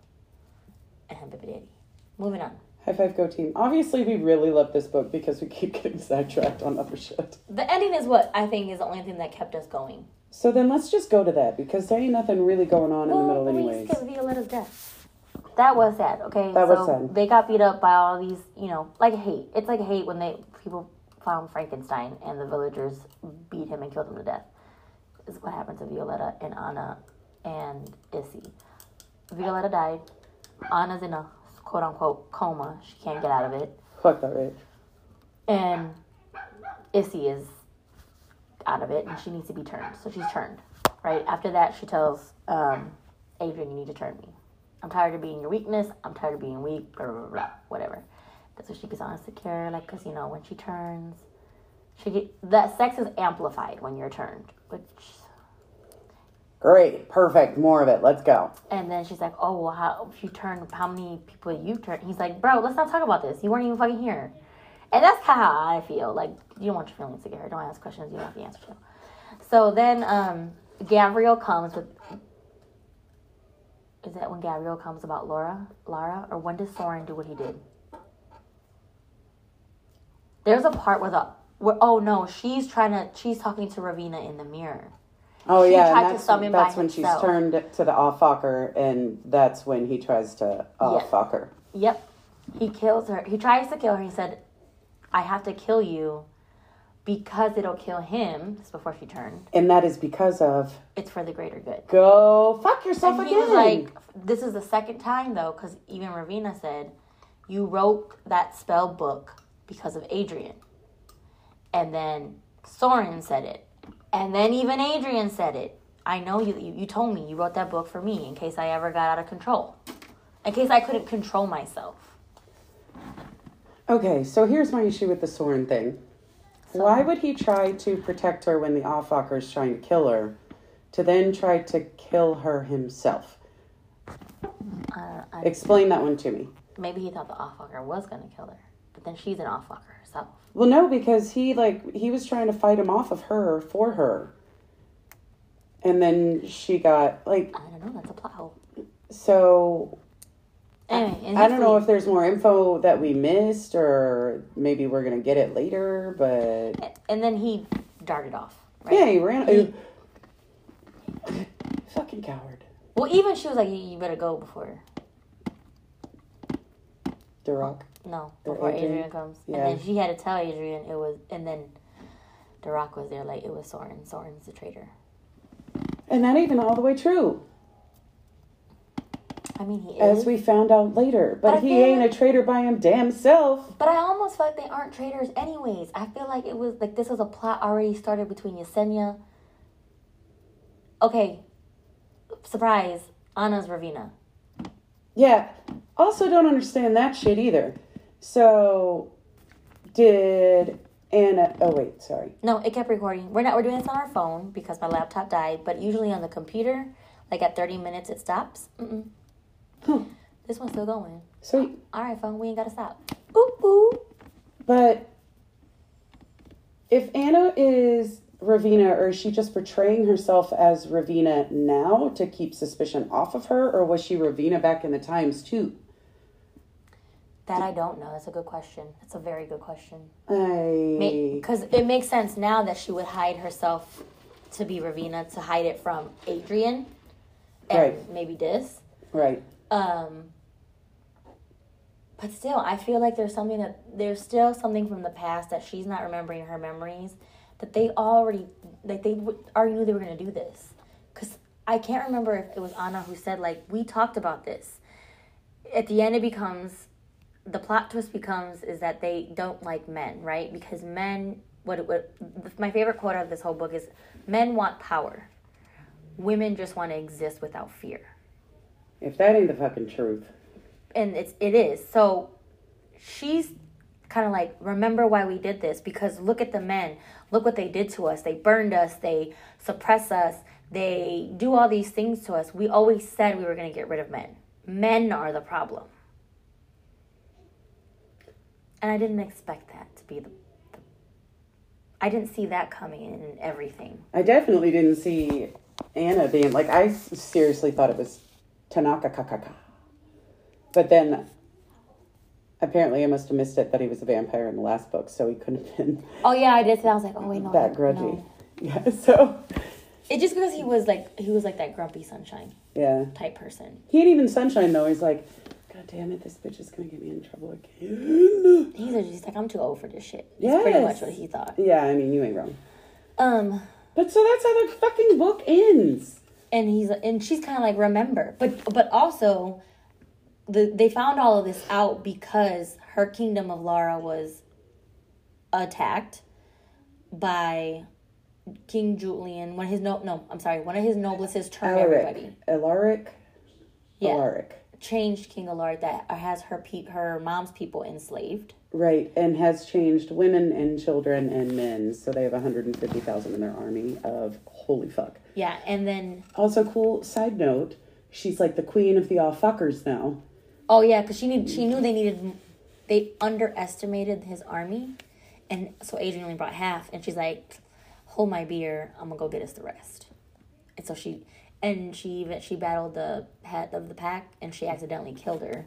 [SPEAKER 2] And her baby daddy. Moving on.
[SPEAKER 1] High five, go team. Obviously, we really love this book because we keep getting sidetracked on other shit.
[SPEAKER 2] The ending is what I think is the only thing that kept us going.
[SPEAKER 1] So then let's just go to that because there ain't nothing really going on in the
[SPEAKER 2] Well,
[SPEAKER 1] middle,
[SPEAKER 2] we
[SPEAKER 1] anyways.
[SPEAKER 2] skipped Violetta's death. That was sad. Okay,
[SPEAKER 1] That
[SPEAKER 2] so
[SPEAKER 1] was sad.
[SPEAKER 2] they got beat up by all these, you know, like hate. It's like hate when they people found Frankenstein and the villagers beat him and killed him to death. Is what happened to Violetta and Anna and Issy. Violetta died. Anna's in a quote unquote coma. She can't get out of it,
[SPEAKER 1] Fuck that, right?
[SPEAKER 2] and Issy is out of it, and she needs to be turned. So she's turned. Right after that, she tells um, Adrian, "You need to turn me." I'm tired of being your weakness. I'm tired of being weak. Blah blah blah. blah whatever. That's what she gets on insecure. Like, cause you know when she turns, she get that sex is amplified when you're turned. Which
[SPEAKER 1] Great, perfect, more of it. Let's go.
[SPEAKER 2] and then she's like, oh well, how if you turn, how many people you turn? He's like, bro, let's not talk about this. You weren't even fucking here. And that's kind of how I feel. Like you don't want your feelings to get hurt. Don't ask questions you don't have the answer to. So then um, Gabrielle comes with. Is that when Gabrielle comes about Laura? Lara, or when does Soren do what he did? There's a part where the where oh no, she's trying to she's talking to Ravina in the mirror.
[SPEAKER 1] Oh
[SPEAKER 2] She
[SPEAKER 1] yeah,
[SPEAKER 2] tried to
[SPEAKER 1] and that's,
[SPEAKER 2] summon by
[SPEAKER 1] that's when she's
[SPEAKER 2] herself.
[SPEAKER 1] turned to the off fucker, and that's when he tries to off
[SPEAKER 2] Yeah.
[SPEAKER 1] fucker.
[SPEAKER 2] Yep. He kills her. He tries to kill her. He said, I have to kill you because it'll kill him. It's before she turned.
[SPEAKER 1] And that is because of
[SPEAKER 2] It's for the greater good.
[SPEAKER 1] go fuck yourself
[SPEAKER 2] And he
[SPEAKER 1] again.
[SPEAKER 2] was like, This is the second time, though, because even Ravina said, You wrote that spell book because of Adrian. And then Soren said it. And then even Adrian said it. I know you, you, you told me you wrote that book for me in case I ever got out of control, in case I couldn't control myself.
[SPEAKER 1] okay, so here's my issue with the Soren thing.
[SPEAKER 2] So
[SPEAKER 1] Why would he try to protect her when the Offalker is trying to kill her, to then try to kill her himself?
[SPEAKER 2] I don't,
[SPEAKER 1] Uh,
[SPEAKER 2] I,
[SPEAKER 1] Explain that one to me.
[SPEAKER 2] maybe he thought the offwalker was gonna kill her, but then she's an offwalker herself.
[SPEAKER 1] Well, no, because he like he was trying to fight him off of her for her, and then she got like
[SPEAKER 2] I don't know. That's a plot hole.
[SPEAKER 1] so.
[SPEAKER 2] Anyway, and
[SPEAKER 1] I don't know
[SPEAKER 2] hopefully-
[SPEAKER 1] if there's more info that we missed, or maybe we're gonna get it later. But
[SPEAKER 2] And then he darted off. Right?
[SPEAKER 1] yeah, he ran.
[SPEAKER 2] He-
[SPEAKER 1] fucking coward.
[SPEAKER 2] Well, even she was like, "You, you better go before."
[SPEAKER 1] Duroc.
[SPEAKER 2] No,
[SPEAKER 1] Or
[SPEAKER 2] before
[SPEAKER 1] Adrian.
[SPEAKER 2] Adrian, comes.
[SPEAKER 1] Yeah.
[SPEAKER 2] And then she had to tell Adrian it was, and then The Rock was there, like it was Soren. Soren's the traitor.
[SPEAKER 1] And that even all the way true,
[SPEAKER 2] I mean, he is.
[SPEAKER 1] as we found out later. But
[SPEAKER 2] I
[SPEAKER 1] he
[SPEAKER 2] feel
[SPEAKER 1] ain't a traitor by him damn self.
[SPEAKER 2] but I almost feel like they aren't traitors, anyways. I feel like it was like this was a plot already started between Yesenia. Okay, surprise! Anna's Ravina.
[SPEAKER 1] Yeah. Also, don't understand that shit either. So, did Anna? Oh wait, sorry.
[SPEAKER 2] No, it kept recording. We're not. We're doing this on our phone because my laptop died. But usually on the computer, like at thirty minutes, it stops. Mm-mm.
[SPEAKER 1] Huh.
[SPEAKER 2] This one's still going.
[SPEAKER 1] So,
[SPEAKER 2] All right, phone. We ain't gotta stop. Ooh, ooh.
[SPEAKER 1] but if Anna is Ravina, or is she just portraying herself as Ravina now to keep suspicion off of her, or was she Ravina back in the times too?
[SPEAKER 2] That I don't know. That's a good question. That's a very good question.
[SPEAKER 1] I
[SPEAKER 2] Because it makes sense now that she would hide herself to be Ravina to hide it from Adrian and
[SPEAKER 1] Right.
[SPEAKER 2] maybe this.
[SPEAKER 1] right.
[SPEAKER 2] Um, but still, I feel like there's something that there's still something from the past that she's not remembering in her memories that they already like they w- already knew they were gonna do this. Cause I can't remember if it was Anna who said like we talked about this. At the end, it becomes the plot twist becomes is that they don't like men, right? Because men what what my favorite quote out of this whole book is men want power, women just want to exist without fear
[SPEAKER 1] If that ain't the fucking truth.
[SPEAKER 2] and it's it is so she's kind of like remember why we did this because look at the men look what they did to us they burned us they suppress us they do all these things to us we always said we were going to get rid of men men are the problem and i didn't expect that to be the, the i didn't see that coming in everything
[SPEAKER 1] I definitely didn't see Anna being like I s- seriously thought it was Tanaka Kakaka. But then apparently I must have missed it that he was a vampire in the last book, so he couldn't have been
[SPEAKER 2] oh yeah i did see that i was like oh wait no
[SPEAKER 1] that
[SPEAKER 2] no.
[SPEAKER 1] grudgy. Yeah, so
[SPEAKER 2] it just because he was like he was like that grumpy sunshine
[SPEAKER 1] yeah.
[SPEAKER 2] type person
[SPEAKER 1] He ain't even sunshine though. He's like, God damn it, this bitch is gonna get me in trouble again.
[SPEAKER 2] He's a- he's like, I'm too old for this shit. That's
[SPEAKER 1] Yes.
[SPEAKER 2] pretty much what he thought.
[SPEAKER 1] Yeah, I mean you ain't wrong.
[SPEAKER 2] Um,
[SPEAKER 1] But so that's how the fucking book ends.
[SPEAKER 2] and he's and she's kind of like, remember, but but also, the they found all of this out because her kingdom of Lara was attacked by King Julian. One of his no, no, I'm sorry, one of his noblesses turned
[SPEAKER 1] Alaric.
[SPEAKER 2] everybody.
[SPEAKER 1] Alaric.
[SPEAKER 2] Yeah,
[SPEAKER 1] Alaric.
[SPEAKER 2] changed King Alaric that has her pe- her mom's people enslaved.
[SPEAKER 1] Right, and has changed women and children and men. So they have 150,000 in their army of holy fuck.
[SPEAKER 2] Yeah, and then
[SPEAKER 1] Also, cool side note, she's like the queen of the all fuckers now.
[SPEAKER 2] Oh yeah, because she need she knew they needed they underestimated his army, and so Adrian only brought half, and she's like, "Hold my beer, I'm gonna go get us the rest." And so she and she even she battled the head of the pack, and she accidentally killed her.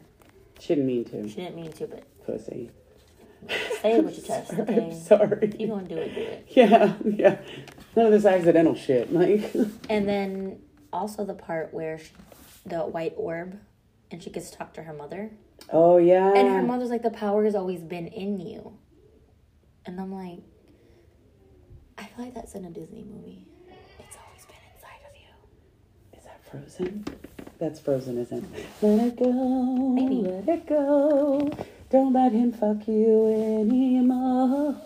[SPEAKER 1] She didn't mean to,
[SPEAKER 2] She didn't mean to, but
[SPEAKER 1] pussy.
[SPEAKER 2] say it with your chest. Okay, you
[SPEAKER 1] Sorry.
[SPEAKER 2] gonna do it, do it.
[SPEAKER 1] Yeah, yeah. None of this accidental shit. Like,
[SPEAKER 2] And then also the part where she, the white orb, and she gets to talk to her mother.
[SPEAKER 1] oh yeah.
[SPEAKER 2] And her mother's like, the power has always been in you. And I'm like, I feel like that's in a Disney movie. It's always been inside of you.
[SPEAKER 1] Is that Frozen? That's Frozen, isn't it? Let it go.
[SPEAKER 2] Maybe.
[SPEAKER 1] Let it go. Don't let him fuck you anymore.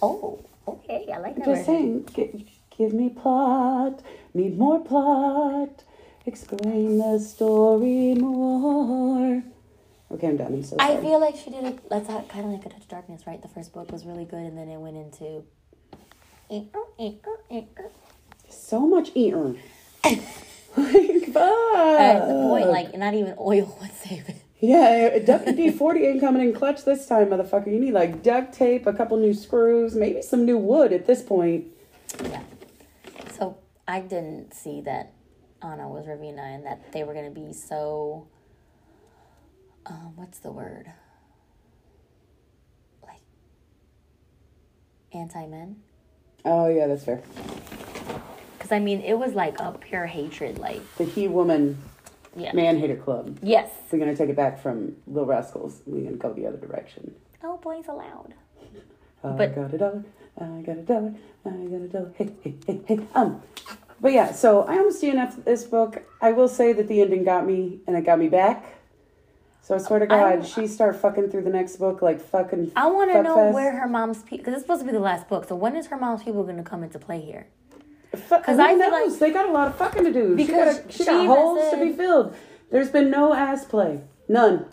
[SPEAKER 2] Oh, okay. I like that.
[SPEAKER 1] Just saying, g- give me plot, need more plot, explain the story more. Okay, I'm done. I'm so
[SPEAKER 2] I
[SPEAKER 1] sorry.
[SPEAKER 2] feel like she did it. That's how, kind of like a touch of darkness, right? The first book was really good, and then it went into. Eh, oh,
[SPEAKER 1] so much eating. like, fuck.
[SPEAKER 2] At the point, like not even oil would save it.
[SPEAKER 1] Yeah, WD 40 ain't coming in clutch this time, motherfucker. You need like duct tape, a couple new screws, maybe some new wood at this point.
[SPEAKER 2] Yeah. So I didn't see that Anna was Ravina and that they were gonna be so. Um, what's the word? Like anti men.
[SPEAKER 1] Oh, yeah, that's fair.
[SPEAKER 2] Because I mean, it was like a pure hatred. Like
[SPEAKER 1] The He Woman
[SPEAKER 2] yeah.
[SPEAKER 1] Man Hater Club.
[SPEAKER 2] Yes.
[SPEAKER 1] We're going to take it back from Little Rascals. We're going to go the other direction.
[SPEAKER 2] Oh, boys allowed.
[SPEAKER 1] I
[SPEAKER 2] But-
[SPEAKER 1] got a dollar. I got a dollar. I got a dollar. Hey, hey, hey, hey. Um, but yeah, so I almost DNF'd this book. I will say that the ending got me, and it got me back. So I swear to God,
[SPEAKER 2] I-
[SPEAKER 1] she started fucking through the next book like fucking.
[SPEAKER 2] I want to
[SPEAKER 1] fuck
[SPEAKER 2] know
[SPEAKER 1] fest.
[SPEAKER 2] where her mom's people. Because it's supposed to be the last book. So when is her mom's people going to come into play here?
[SPEAKER 1] Because
[SPEAKER 2] I
[SPEAKER 1] I
[SPEAKER 2] feel
[SPEAKER 1] knows
[SPEAKER 2] like-
[SPEAKER 1] they got a lot of fucking to do.
[SPEAKER 2] Because
[SPEAKER 1] she got, a, she
[SPEAKER 2] she
[SPEAKER 1] got
[SPEAKER 2] even
[SPEAKER 1] holes to be
[SPEAKER 2] said-
[SPEAKER 1] filled. There's been no ass play, none.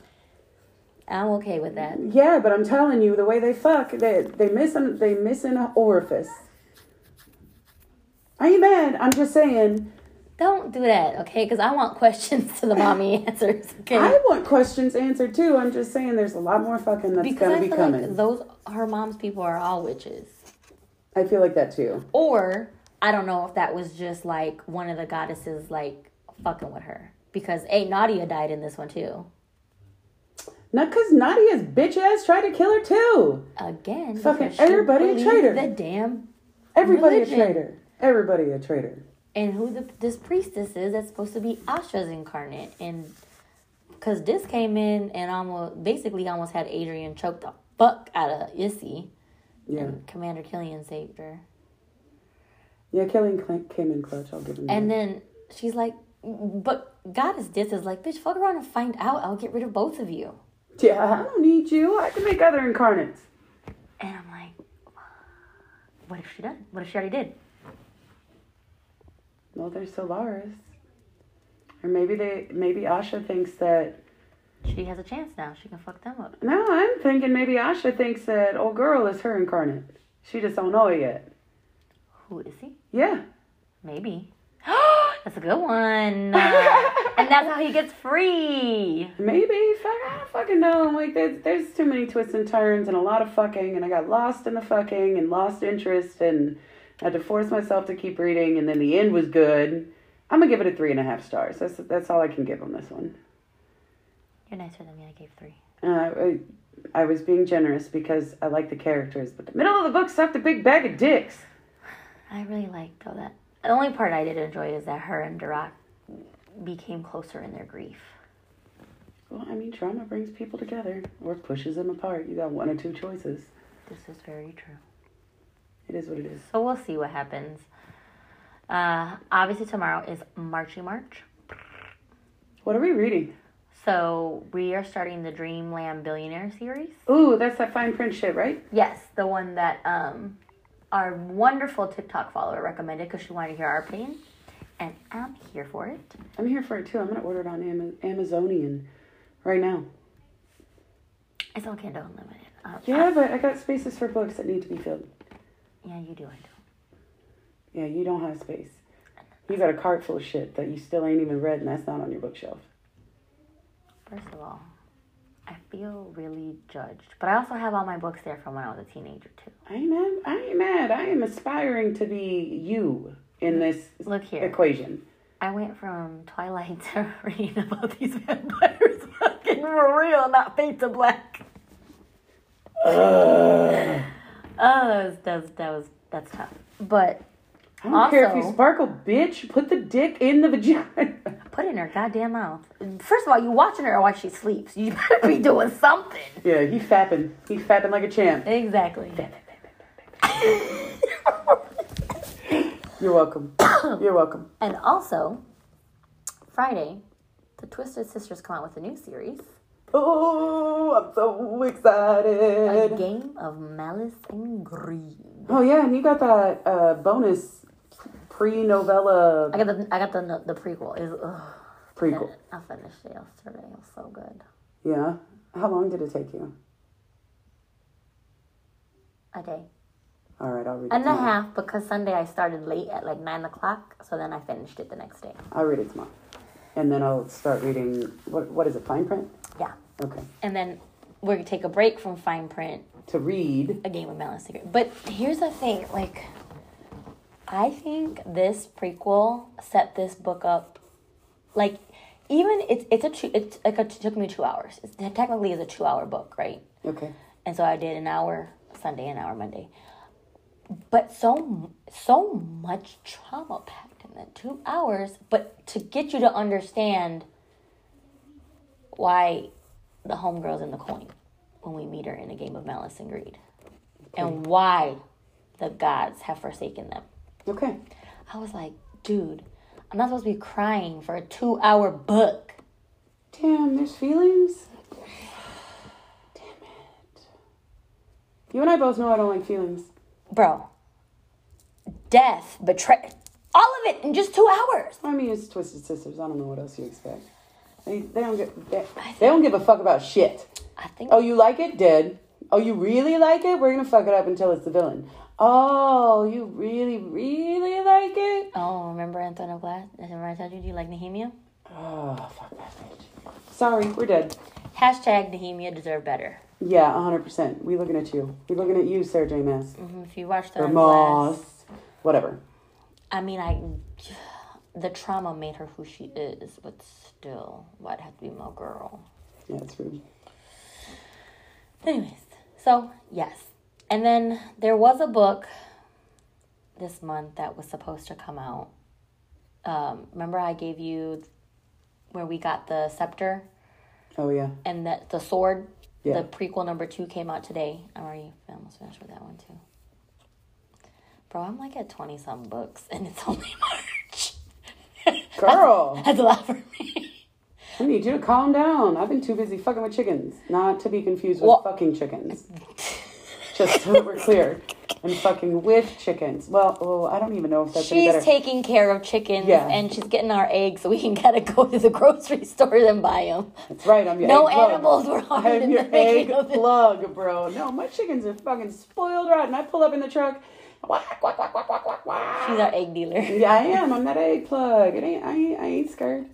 [SPEAKER 2] I'm okay with that.
[SPEAKER 1] Yeah, but I'm telling you, the way they fuck, they they miss an, they miss an orifice. I ain't mad. I'm just saying.
[SPEAKER 2] Don't do that, okay? Because I want questions to the mommy answers. Okay.
[SPEAKER 1] I want questions answered too. I'm just saying, there's a lot more fucking that's
[SPEAKER 2] because
[SPEAKER 1] gonna
[SPEAKER 2] I
[SPEAKER 1] be
[SPEAKER 2] feel
[SPEAKER 1] coming.
[SPEAKER 2] like those her mom's people are all witches.
[SPEAKER 1] I feel like that too.
[SPEAKER 2] Or I don't know if that was just like one of the goddesses like fucking with her. Because A Nadia died in this one too.
[SPEAKER 1] Not because Nadia's bitch ass tried to kill her too.
[SPEAKER 2] Again,
[SPEAKER 1] Fucking
[SPEAKER 2] because she
[SPEAKER 1] everybody a
[SPEAKER 2] believed
[SPEAKER 1] traitor.
[SPEAKER 2] The damn
[SPEAKER 1] Everybody
[SPEAKER 2] Religion.
[SPEAKER 1] a traitor. Everybody a traitor.
[SPEAKER 2] and who the, this priestess is that's supposed to be Asha's incarnate. And because this came in and almost basically almost had Adrian choke the fuck out of Issy.
[SPEAKER 1] Yeah,
[SPEAKER 2] Commander Killian saved her.
[SPEAKER 1] yeah. Killian cl- came in clutch. I'll give him.
[SPEAKER 2] And
[SPEAKER 1] that.
[SPEAKER 2] then she's like, but Goddess Dis is like, bitch, fuck around and find out. I'll get rid of both of you.
[SPEAKER 1] yeah, I don't need you. I can make other incarnates.
[SPEAKER 2] And I'm like, what if she done? What if she already did?
[SPEAKER 1] Well, they're Solaris. Or maybe they maybe Asha thinks that
[SPEAKER 2] She has a chance now. She can fuck them up.
[SPEAKER 1] no, I'm thinking maybe Asha thinks that old girl is her incarnate. She just don't know it yet.
[SPEAKER 2] Who is he?
[SPEAKER 1] Yeah.
[SPEAKER 2] Maybe. that's a good one. and that's how he gets free.
[SPEAKER 1] Maybe. Fuck, I don't fucking know. I'm like, there's, there's too many twists and turns and a lot of fucking, and I got lost in the fucking and lost interest and had to force myself to keep reading, and then the end was good. I'm gonna give it a three and a half stars. That's that's all I can give on this one.
[SPEAKER 2] You're nicer than me. I gave three.
[SPEAKER 1] Uh, I, I was being generous because I like the characters, but the middle of the book sucked a big bag of dicks.
[SPEAKER 2] I really liked though that. The only part I did enjoy is that her and Durak became closer in their grief.
[SPEAKER 1] Well, I mean, trauma brings people together or pushes them apart. You got one or two choices.
[SPEAKER 2] This is very true.
[SPEAKER 1] It is what it is.
[SPEAKER 2] So we'll see what happens. Uh, obviously tomorrow is Marchy March.
[SPEAKER 1] What are we reading?
[SPEAKER 2] So we are starting the Dreamland Billionaire series.
[SPEAKER 1] Ooh, that's that fine print shit, right?
[SPEAKER 2] Yes, the one that um, our wonderful TikTok follower recommended because she wanted to hear our opinion, and I'm here for it.
[SPEAKER 1] I'm here for it too. I'm gonna order it on Ama- Amazonian right now.
[SPEAKER 2] It's on Kindle Unlimited. Um,
[SPEAKER 1] Yeah, but I got spaces for books that need to be filled.
[SPEAKER 2] yeah, you do. I do.
[SPEAKER 1] Yeah, you don't have space. You got a cart full of shit that you still ain't even read, and that's not on your bookshelf.
[SPEAKER 2] First of all, I feel really judged, but I also have all my books there from when I was a teenager too.
[SPEAKER 1] I ain't mad. I ain't mad. I am aspiring to be you in this
[SPEAKER 2] Look here.
[SPEAKER 1] equation.
[SPEAKER 2] I went from Twilight to reading about these vampires fucking for real, not paint to black. Oh, that's that's that was that's tough. But
[SPEAKER 1] I don't care if you
[SPEAKER 2] Also-
[SPEAKER 1] sparkle, bitch. Put the dick in the vagina.
[SPEAKER 2] put it in her goddamn mouth. First of all, you watching her while she sleeps. You better be doing something.
[SPEAKER 1] yeah, he fapping. He fapping like a champ.
[SPEAKER 2] Exactly.
[SPEAKER 1] You're welcome. You're welcome.
[SPEAKER 2] And also, Friday, the Twisted Sisters come out with a new series,
[SPEAKER 1] Oh, I'm so
[SPEAKER 2] A
[SPEAKER 1] excited.
[SPEAKER 2] Game of Malice and Greed.
[SPEAKER 1] Oh yeah, and you got that uh, bonus pre-novella
[SPEAKER 2] I got the I got the the prequel. Is ugh,
[SPEAKER 1] prequel.
[SPEAKER 2] I finished it yesterday. It was so good.
[SPEAKER 1] Yeah, How long did it take you?
[SPEAKER 2] a day
[SPEAKER 1] All right, I'll read it
[SPEAKER 2] and a
[SPEAKER 1] tomorrow.
[SPEAKER 2] half because Sunday I started late at like nine o'clock, so then I finished it the next day.
[SPEAKER 1] I'll read it tomorrow. And then I'll start reading, what, what is it, fine print?
[SPEAKER 2] Yeah,
[SPEAKER 1] Okay.
[SPEAKER 2] and then we're gonna take a break from fine print,
[SPEAKER 1] To read.
[SPEAKER 2] a game of Malice Secret. But here's the thing, like, I think this prequel set this book up, like, even it's it's a two, it's like a, it took me two hours. It's, it technically is a two hour book, right?
[SPEAKER 1] Okay.
[SPEAKER 2] and so I did an hour Sunday, an hour Monday. But so so much trauma packed in that two hours, but to get you to understand why the homegirl's in the coin when we meet her in a game of malice and greed, and why the gods have forsaken them.
[SPEAKER 1] Okay.
[SPEAKER 2] I was like, dude, I'm not supposed to be crying for a two-hour book.
[SPEAKER 1] Damn, there's feelings? Damn it. You and I both know I don't like feelings.
[SPEAKER 2] bro death betray all of it in just two hours
[SPEAKER 1] I mean, it's Twisted Sisters. I don't know what else you expect. They, they don't get they, they don't give a fuck about shit.
[SPEAKER 2] i think
[SPEAKER 1] Oh, you like it? Dead. Oh, you really like it? We're gonna fuck it up until it's the villain. Oh, you really, really like it?
[SPEAKER 2] oh remember anthony glass remember i told you do you like nehemia
[SPEAKER 1] Oh, fuck that bitch. Sorry, we're dead.
[SPEAKER 2] hashtag nehemia deserve better
[SPEAKER 1] Yeah, hundred percent. We looking at you. We looking at you, Sarah J. Mass.
[SPEAKER 2] Mhm, if you watch
[SPEAKER 1] Or
[SPEAKER 2] thorn
[SPEAKER 1] Moss.
[SPEAKER 2] glass
[SPEAKER 1] Whatever.
[SPEAKER 2] i mean i the trauma made her who she is but still why'd it have to be my girl
[SPEAKER 1] Yeah, it's rude.
[SPEAKER 2] Anyways, so yes. And then there was a book this month that was supposed to come out. Um, remember, I gave you where we got the scepter
[SPEAKER 1] Oh yeah.
[SPEAKER 2] and that the sword.
[SPEAKER 1] Yeah.
[SPEAKER 2] The prequel number two came out today. I'm already almost finished with that one too. Bro, I'm like at twenty some books and it's only March.
[SPEAKER 1] Girl,
[SPEAKER 2] That's a lot for me.
[SPEAKER 1] I need you to calm down. I've been too busy fucking with chickens. Not to be confused with
[SPEAKER 2] Well-
[SPEAKER 1] fucking chickens. Just so that we're clear. And fucking with chickens. Well, oh, I don't even know if that's any
[SPEAKER 2] She's
[SPEAKER 1] better.
[SPEAKER 2] taking care of chickens
[SPEAKER 1] Yeah.
[SPEAKER 2] and she's getting our eggs so we can gotta go to the grocery store and buy them.
[SPEAKER 1] That's right. I'm your
[SPEAKER 2] No
[SPEAKER 1] egg plug.
[SPEAKER 2] animals were harmed
[SPEAKER 1] I'm
[SPEAKER 2] in the
[SPEAKER 1] your egg
[SPEAKER 2] making of this.
[SPEAKER 1] plug, bro. No, my chickens are fucking spoiled rotten. I pull up in the truck. Quack, quack, quack, quack, quack, quack, quack.
[SPEAKER 2] She's our egg dealer.
[SPEAKER 1] Yeah, I am. I'm that egg plug. It ain't. I ain't. I ain't scared.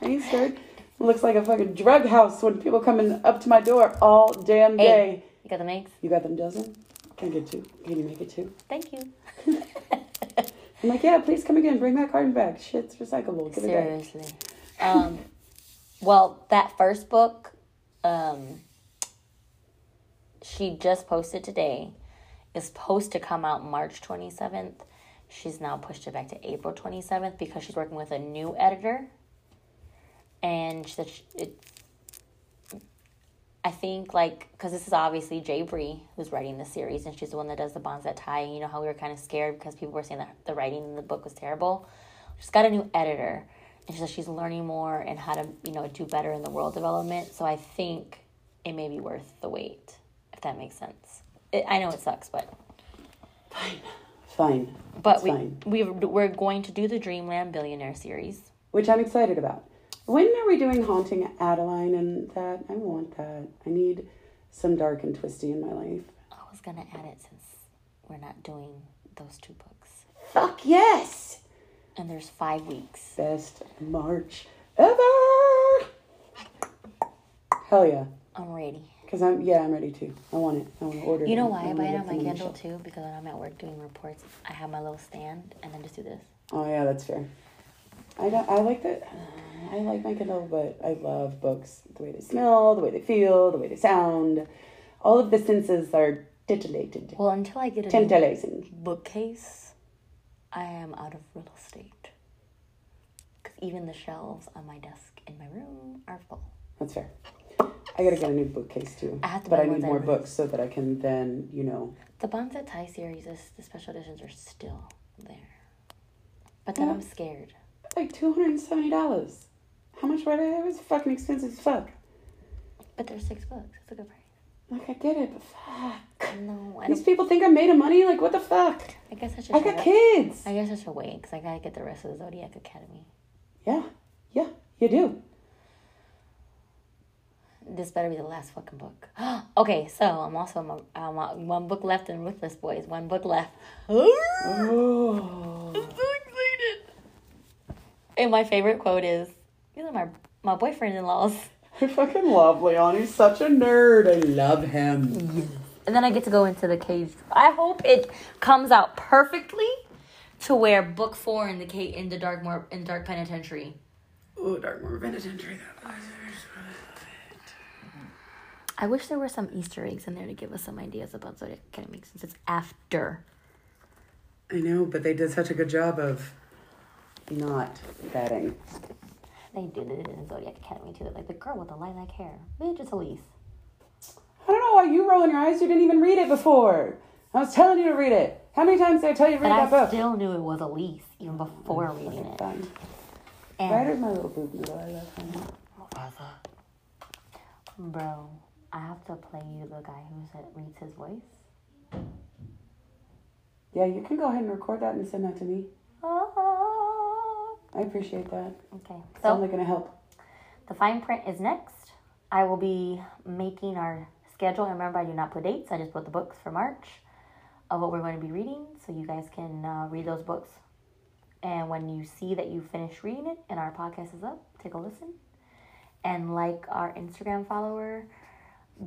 [SPEAKER 1] I ain't scared. It looks like a fucking drug house when people coming up to my door all damn day.
[SPEAKER 2] Hey, you got the eggs?
[SPEAKER 1] You got them dozen? Can I get two? Can you make it two?
[SPEAKER 2] Thank you.
[SPEAKER 1] I'm like, yeah, please come again. Bring that carton back. Shit's recyclable. Give it back.
[SPEAKER 2] Seriously. Um, well, that first book, um, she just posted today, is supposed to come out March 27th. She's now pushed it back to April 27th because she's working with a new editor. And she said she- it, I think, like, because this is obviously Jay Bree who's writing the series, and she's the one that does the bonds that tie. And you know how we were kind of scared because people were saying that the writing in the book was terrible? She's got a new editor, and so she's learning more and how to, you know, do better in the world development. So I think it may be worth the wait, if that makes sense. It, I know it sucks, but
[SPEAKER 1] Fine.
[SPEAKER 2] but
[SPEAKER 1] It's
[SPEAKER 2] we
[SPEAKER 1] fine.
[SPEAKER 2] we we're going to do the Dreamland Billionaire series.
[SPEAKER 1] Which I'm excited about. When are we doing Haunting Adeline and that? I want that. I need some dark and twisty in my life.
[SPEAKER 2] I was gonna add it since we're not doing those two books,
[SPEAKER 1] Fuck yes!
[SPEAKER 2] and there's five weeks.
[SPEAKER 1] Best March ever! Hell yeah.
[SPEAKER 2] I'm ready.
[SPEAKER 1] Because I'm, yeah, I'm ready too. I want it. I want to order
[SPEAKER 2] You know
[SPEAKER 1] them.
[SPEAKER 2] why I
[SPEAKER 1] wanna
[SPEAKER 2] buy it
[SPEAKER 1] get
[SPEAKER 2] on my
[SPEAKER 1] them the
[SPEAKER 2] Kindle
[SPEAKER 1] shelf.
[SPEAKER 2] too? Because when I'm at work doing reports, I have my little stand and then just do this.
[SPEAKER 1] Oh yeah, that's fair. I don't, I like that. I like my Kindle, but I love books. The way they smell, the way they feel, the way they sound. All of the senses are titillated,
[SPEAKER 2] Well, until I get a new
[SPEAKER 1] tantalizing.
[SPEAKER 2] bookcase, I am out of real estate. Because even the shelves on my desk in my room are full.
[SPEAKER 1] That's fair. I gotta get a new bookcase too,
[SPEAKER 2] I have to
[SPEAKER 1] but
[SPEAKER 2] buy
[SPEAKER 1] I
[SPEAKER 2] ones
[SPEAKER 1] need
[SPEAKER 2] that
[SPEAKER 1] more
[SPEAKER 2] are-
[SPEAKER 1] books so that I can then, you know,
[SPEAKER 2] The Bonza Thai series, is, the special editions are still there. But then I'm scared.
[SPEAKER 1] like two hundred and seventy dollars. How much were they? It was fucking expensive as fuck.
[SPEAKER 2] But there's six books. It's a good price.
[SPEAKER 1] Like I get it, but fuck.
[SPEAKER 2] No, I,
[SPEAKER 1] These
[SPEAKER 2] don't,
[SPEAKER 1] people think I made of money. Like what the fuck?
[SPEAKER 2] I guess I should.
[SPEAKER 1] I
[SPEAKER 2] try
[SPEAKER 1] got
[SPEAKER 2] to-
[SPEAKER 1] kids.
[SPEAKER 2] I guess I should wait because I gotta get the rest of the Zodiac Academy.
[SPEAKER 1] Yeah, yeah, you do.
[SPEAKER 2] this better be the last fucking book. okay, so I'm also I'm, I'm, uh, one book left in Ruthless Boys. One book left.
[SPEAKER 1] Oh.
[SPEAKER 2] I'm so excited. And my favorite quote is, "These are my my boyfriend in laws."
[SPEAKER 1] I fucking love Leon. He's such a nerd. I love him.
[SPEAKER 2] And then I get to go into the cage. I hope it comes out perfectly to where book four in the cage in the dark more in dark penitentiary.
[SPEAKER 1] Ooh, Darkmoor Penitentiary.
[SPEAKER 2] I wish there were some Easter eggs in there to give us some ideas about Zodiac Academy since it's after.
[SPEAKER 1] I know, but they did such a good job of not betting.
[SPEAKER 2] They did it in Zodiac Academy too. Like the girl with the lilac hair. Bitch, it's Elise.
[SPEAKER 1] I don't know why you rolling your eyes. You didn't even read it before. I was telling you to read it. How many times did I tell you to read
[SPEAKER 2] But
[SPEAKER 1] that
[SPEAKER 2] I
[SPEAKER 1] book?
[SPEAKER 2] still knew it was Elise even before reading it.
[SPEAKER 1] Fine.
[SPEAKER 2] And
[SPEAKER 1] Ryder's my little boo boo. I love him.
[SPEAKER 2] bro, I have to play you the guy who said, reads his voice.
[SPEAKER 1] Yeah, you can go ahead and record that and send that to me.
[SPEAKER 2] Ah.
[SPEAKER 1] I appreciate that.
[SPEAKER 2] Okay,
[SPEAKER 1] It's only
[SPEAKER 2] so
[SPEAKER 1] going to help.
[SPEAKER 2] the fine print is next. I will be making our schedule. And remember, I do not put dates. I just put the books for March of what we're going to be reading, so you guys can uh, read those books. And when you see that you finish reading it and our podcast is up, take a listen. And like our Instagram follower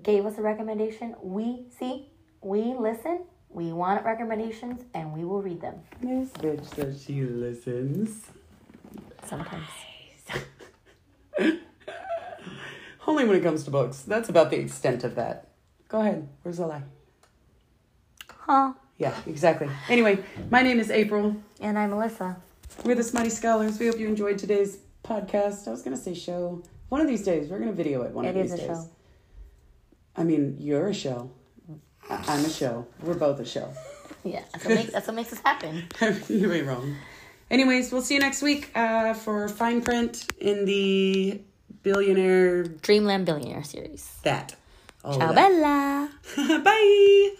[SPEAKER 2] gave us a recommendation, we see, we listen, we want recommendations, and we will read them
[SPEAKER 1] This bitch says she listens.
[SPEAKER 2] sometimes.
[SPEAKER 1] Only when it comes to books. That's about the extent of that. Go ahead. Where's the lie?
[SPEAKER 2] Huh.
[SPEAKER 1] Yeah, exactly. Anyway, my name is April.
[SPEAKER 2] And I'm Melissa.
[SPEAKER 1] We're the Smutty Scholars. We hope you enjoyed today's podcast. I was going to say show. One of these days, we're going to video it. One
[SPEAKER 2] It
[SPEAKER 1] of
[SPEAKER 2] is
[SPEAKER 1] these
[SPEAKER 2] a
[SPEAKER 1] days.
[SPEAKER 2] show.
[SPEAKER 1] I mean, you're a show. I- I'm a show. We're both a show.
[SPEAKER 2] Yeah, that's what makes, that's what makes this happen.
[SPEAKER 1] you ain't wrong. Anyways, we'll see you next week uh, for fine print in the billionaire
[SPEAKER 2] Dreamland Billionaire series.
[SPEAKER 1] that. All of
[SPEAKER 2] Ciao,
[SPEAKER 1] that.
[SPEAKER 2] Bella.
[SPEAKER 1] Bye.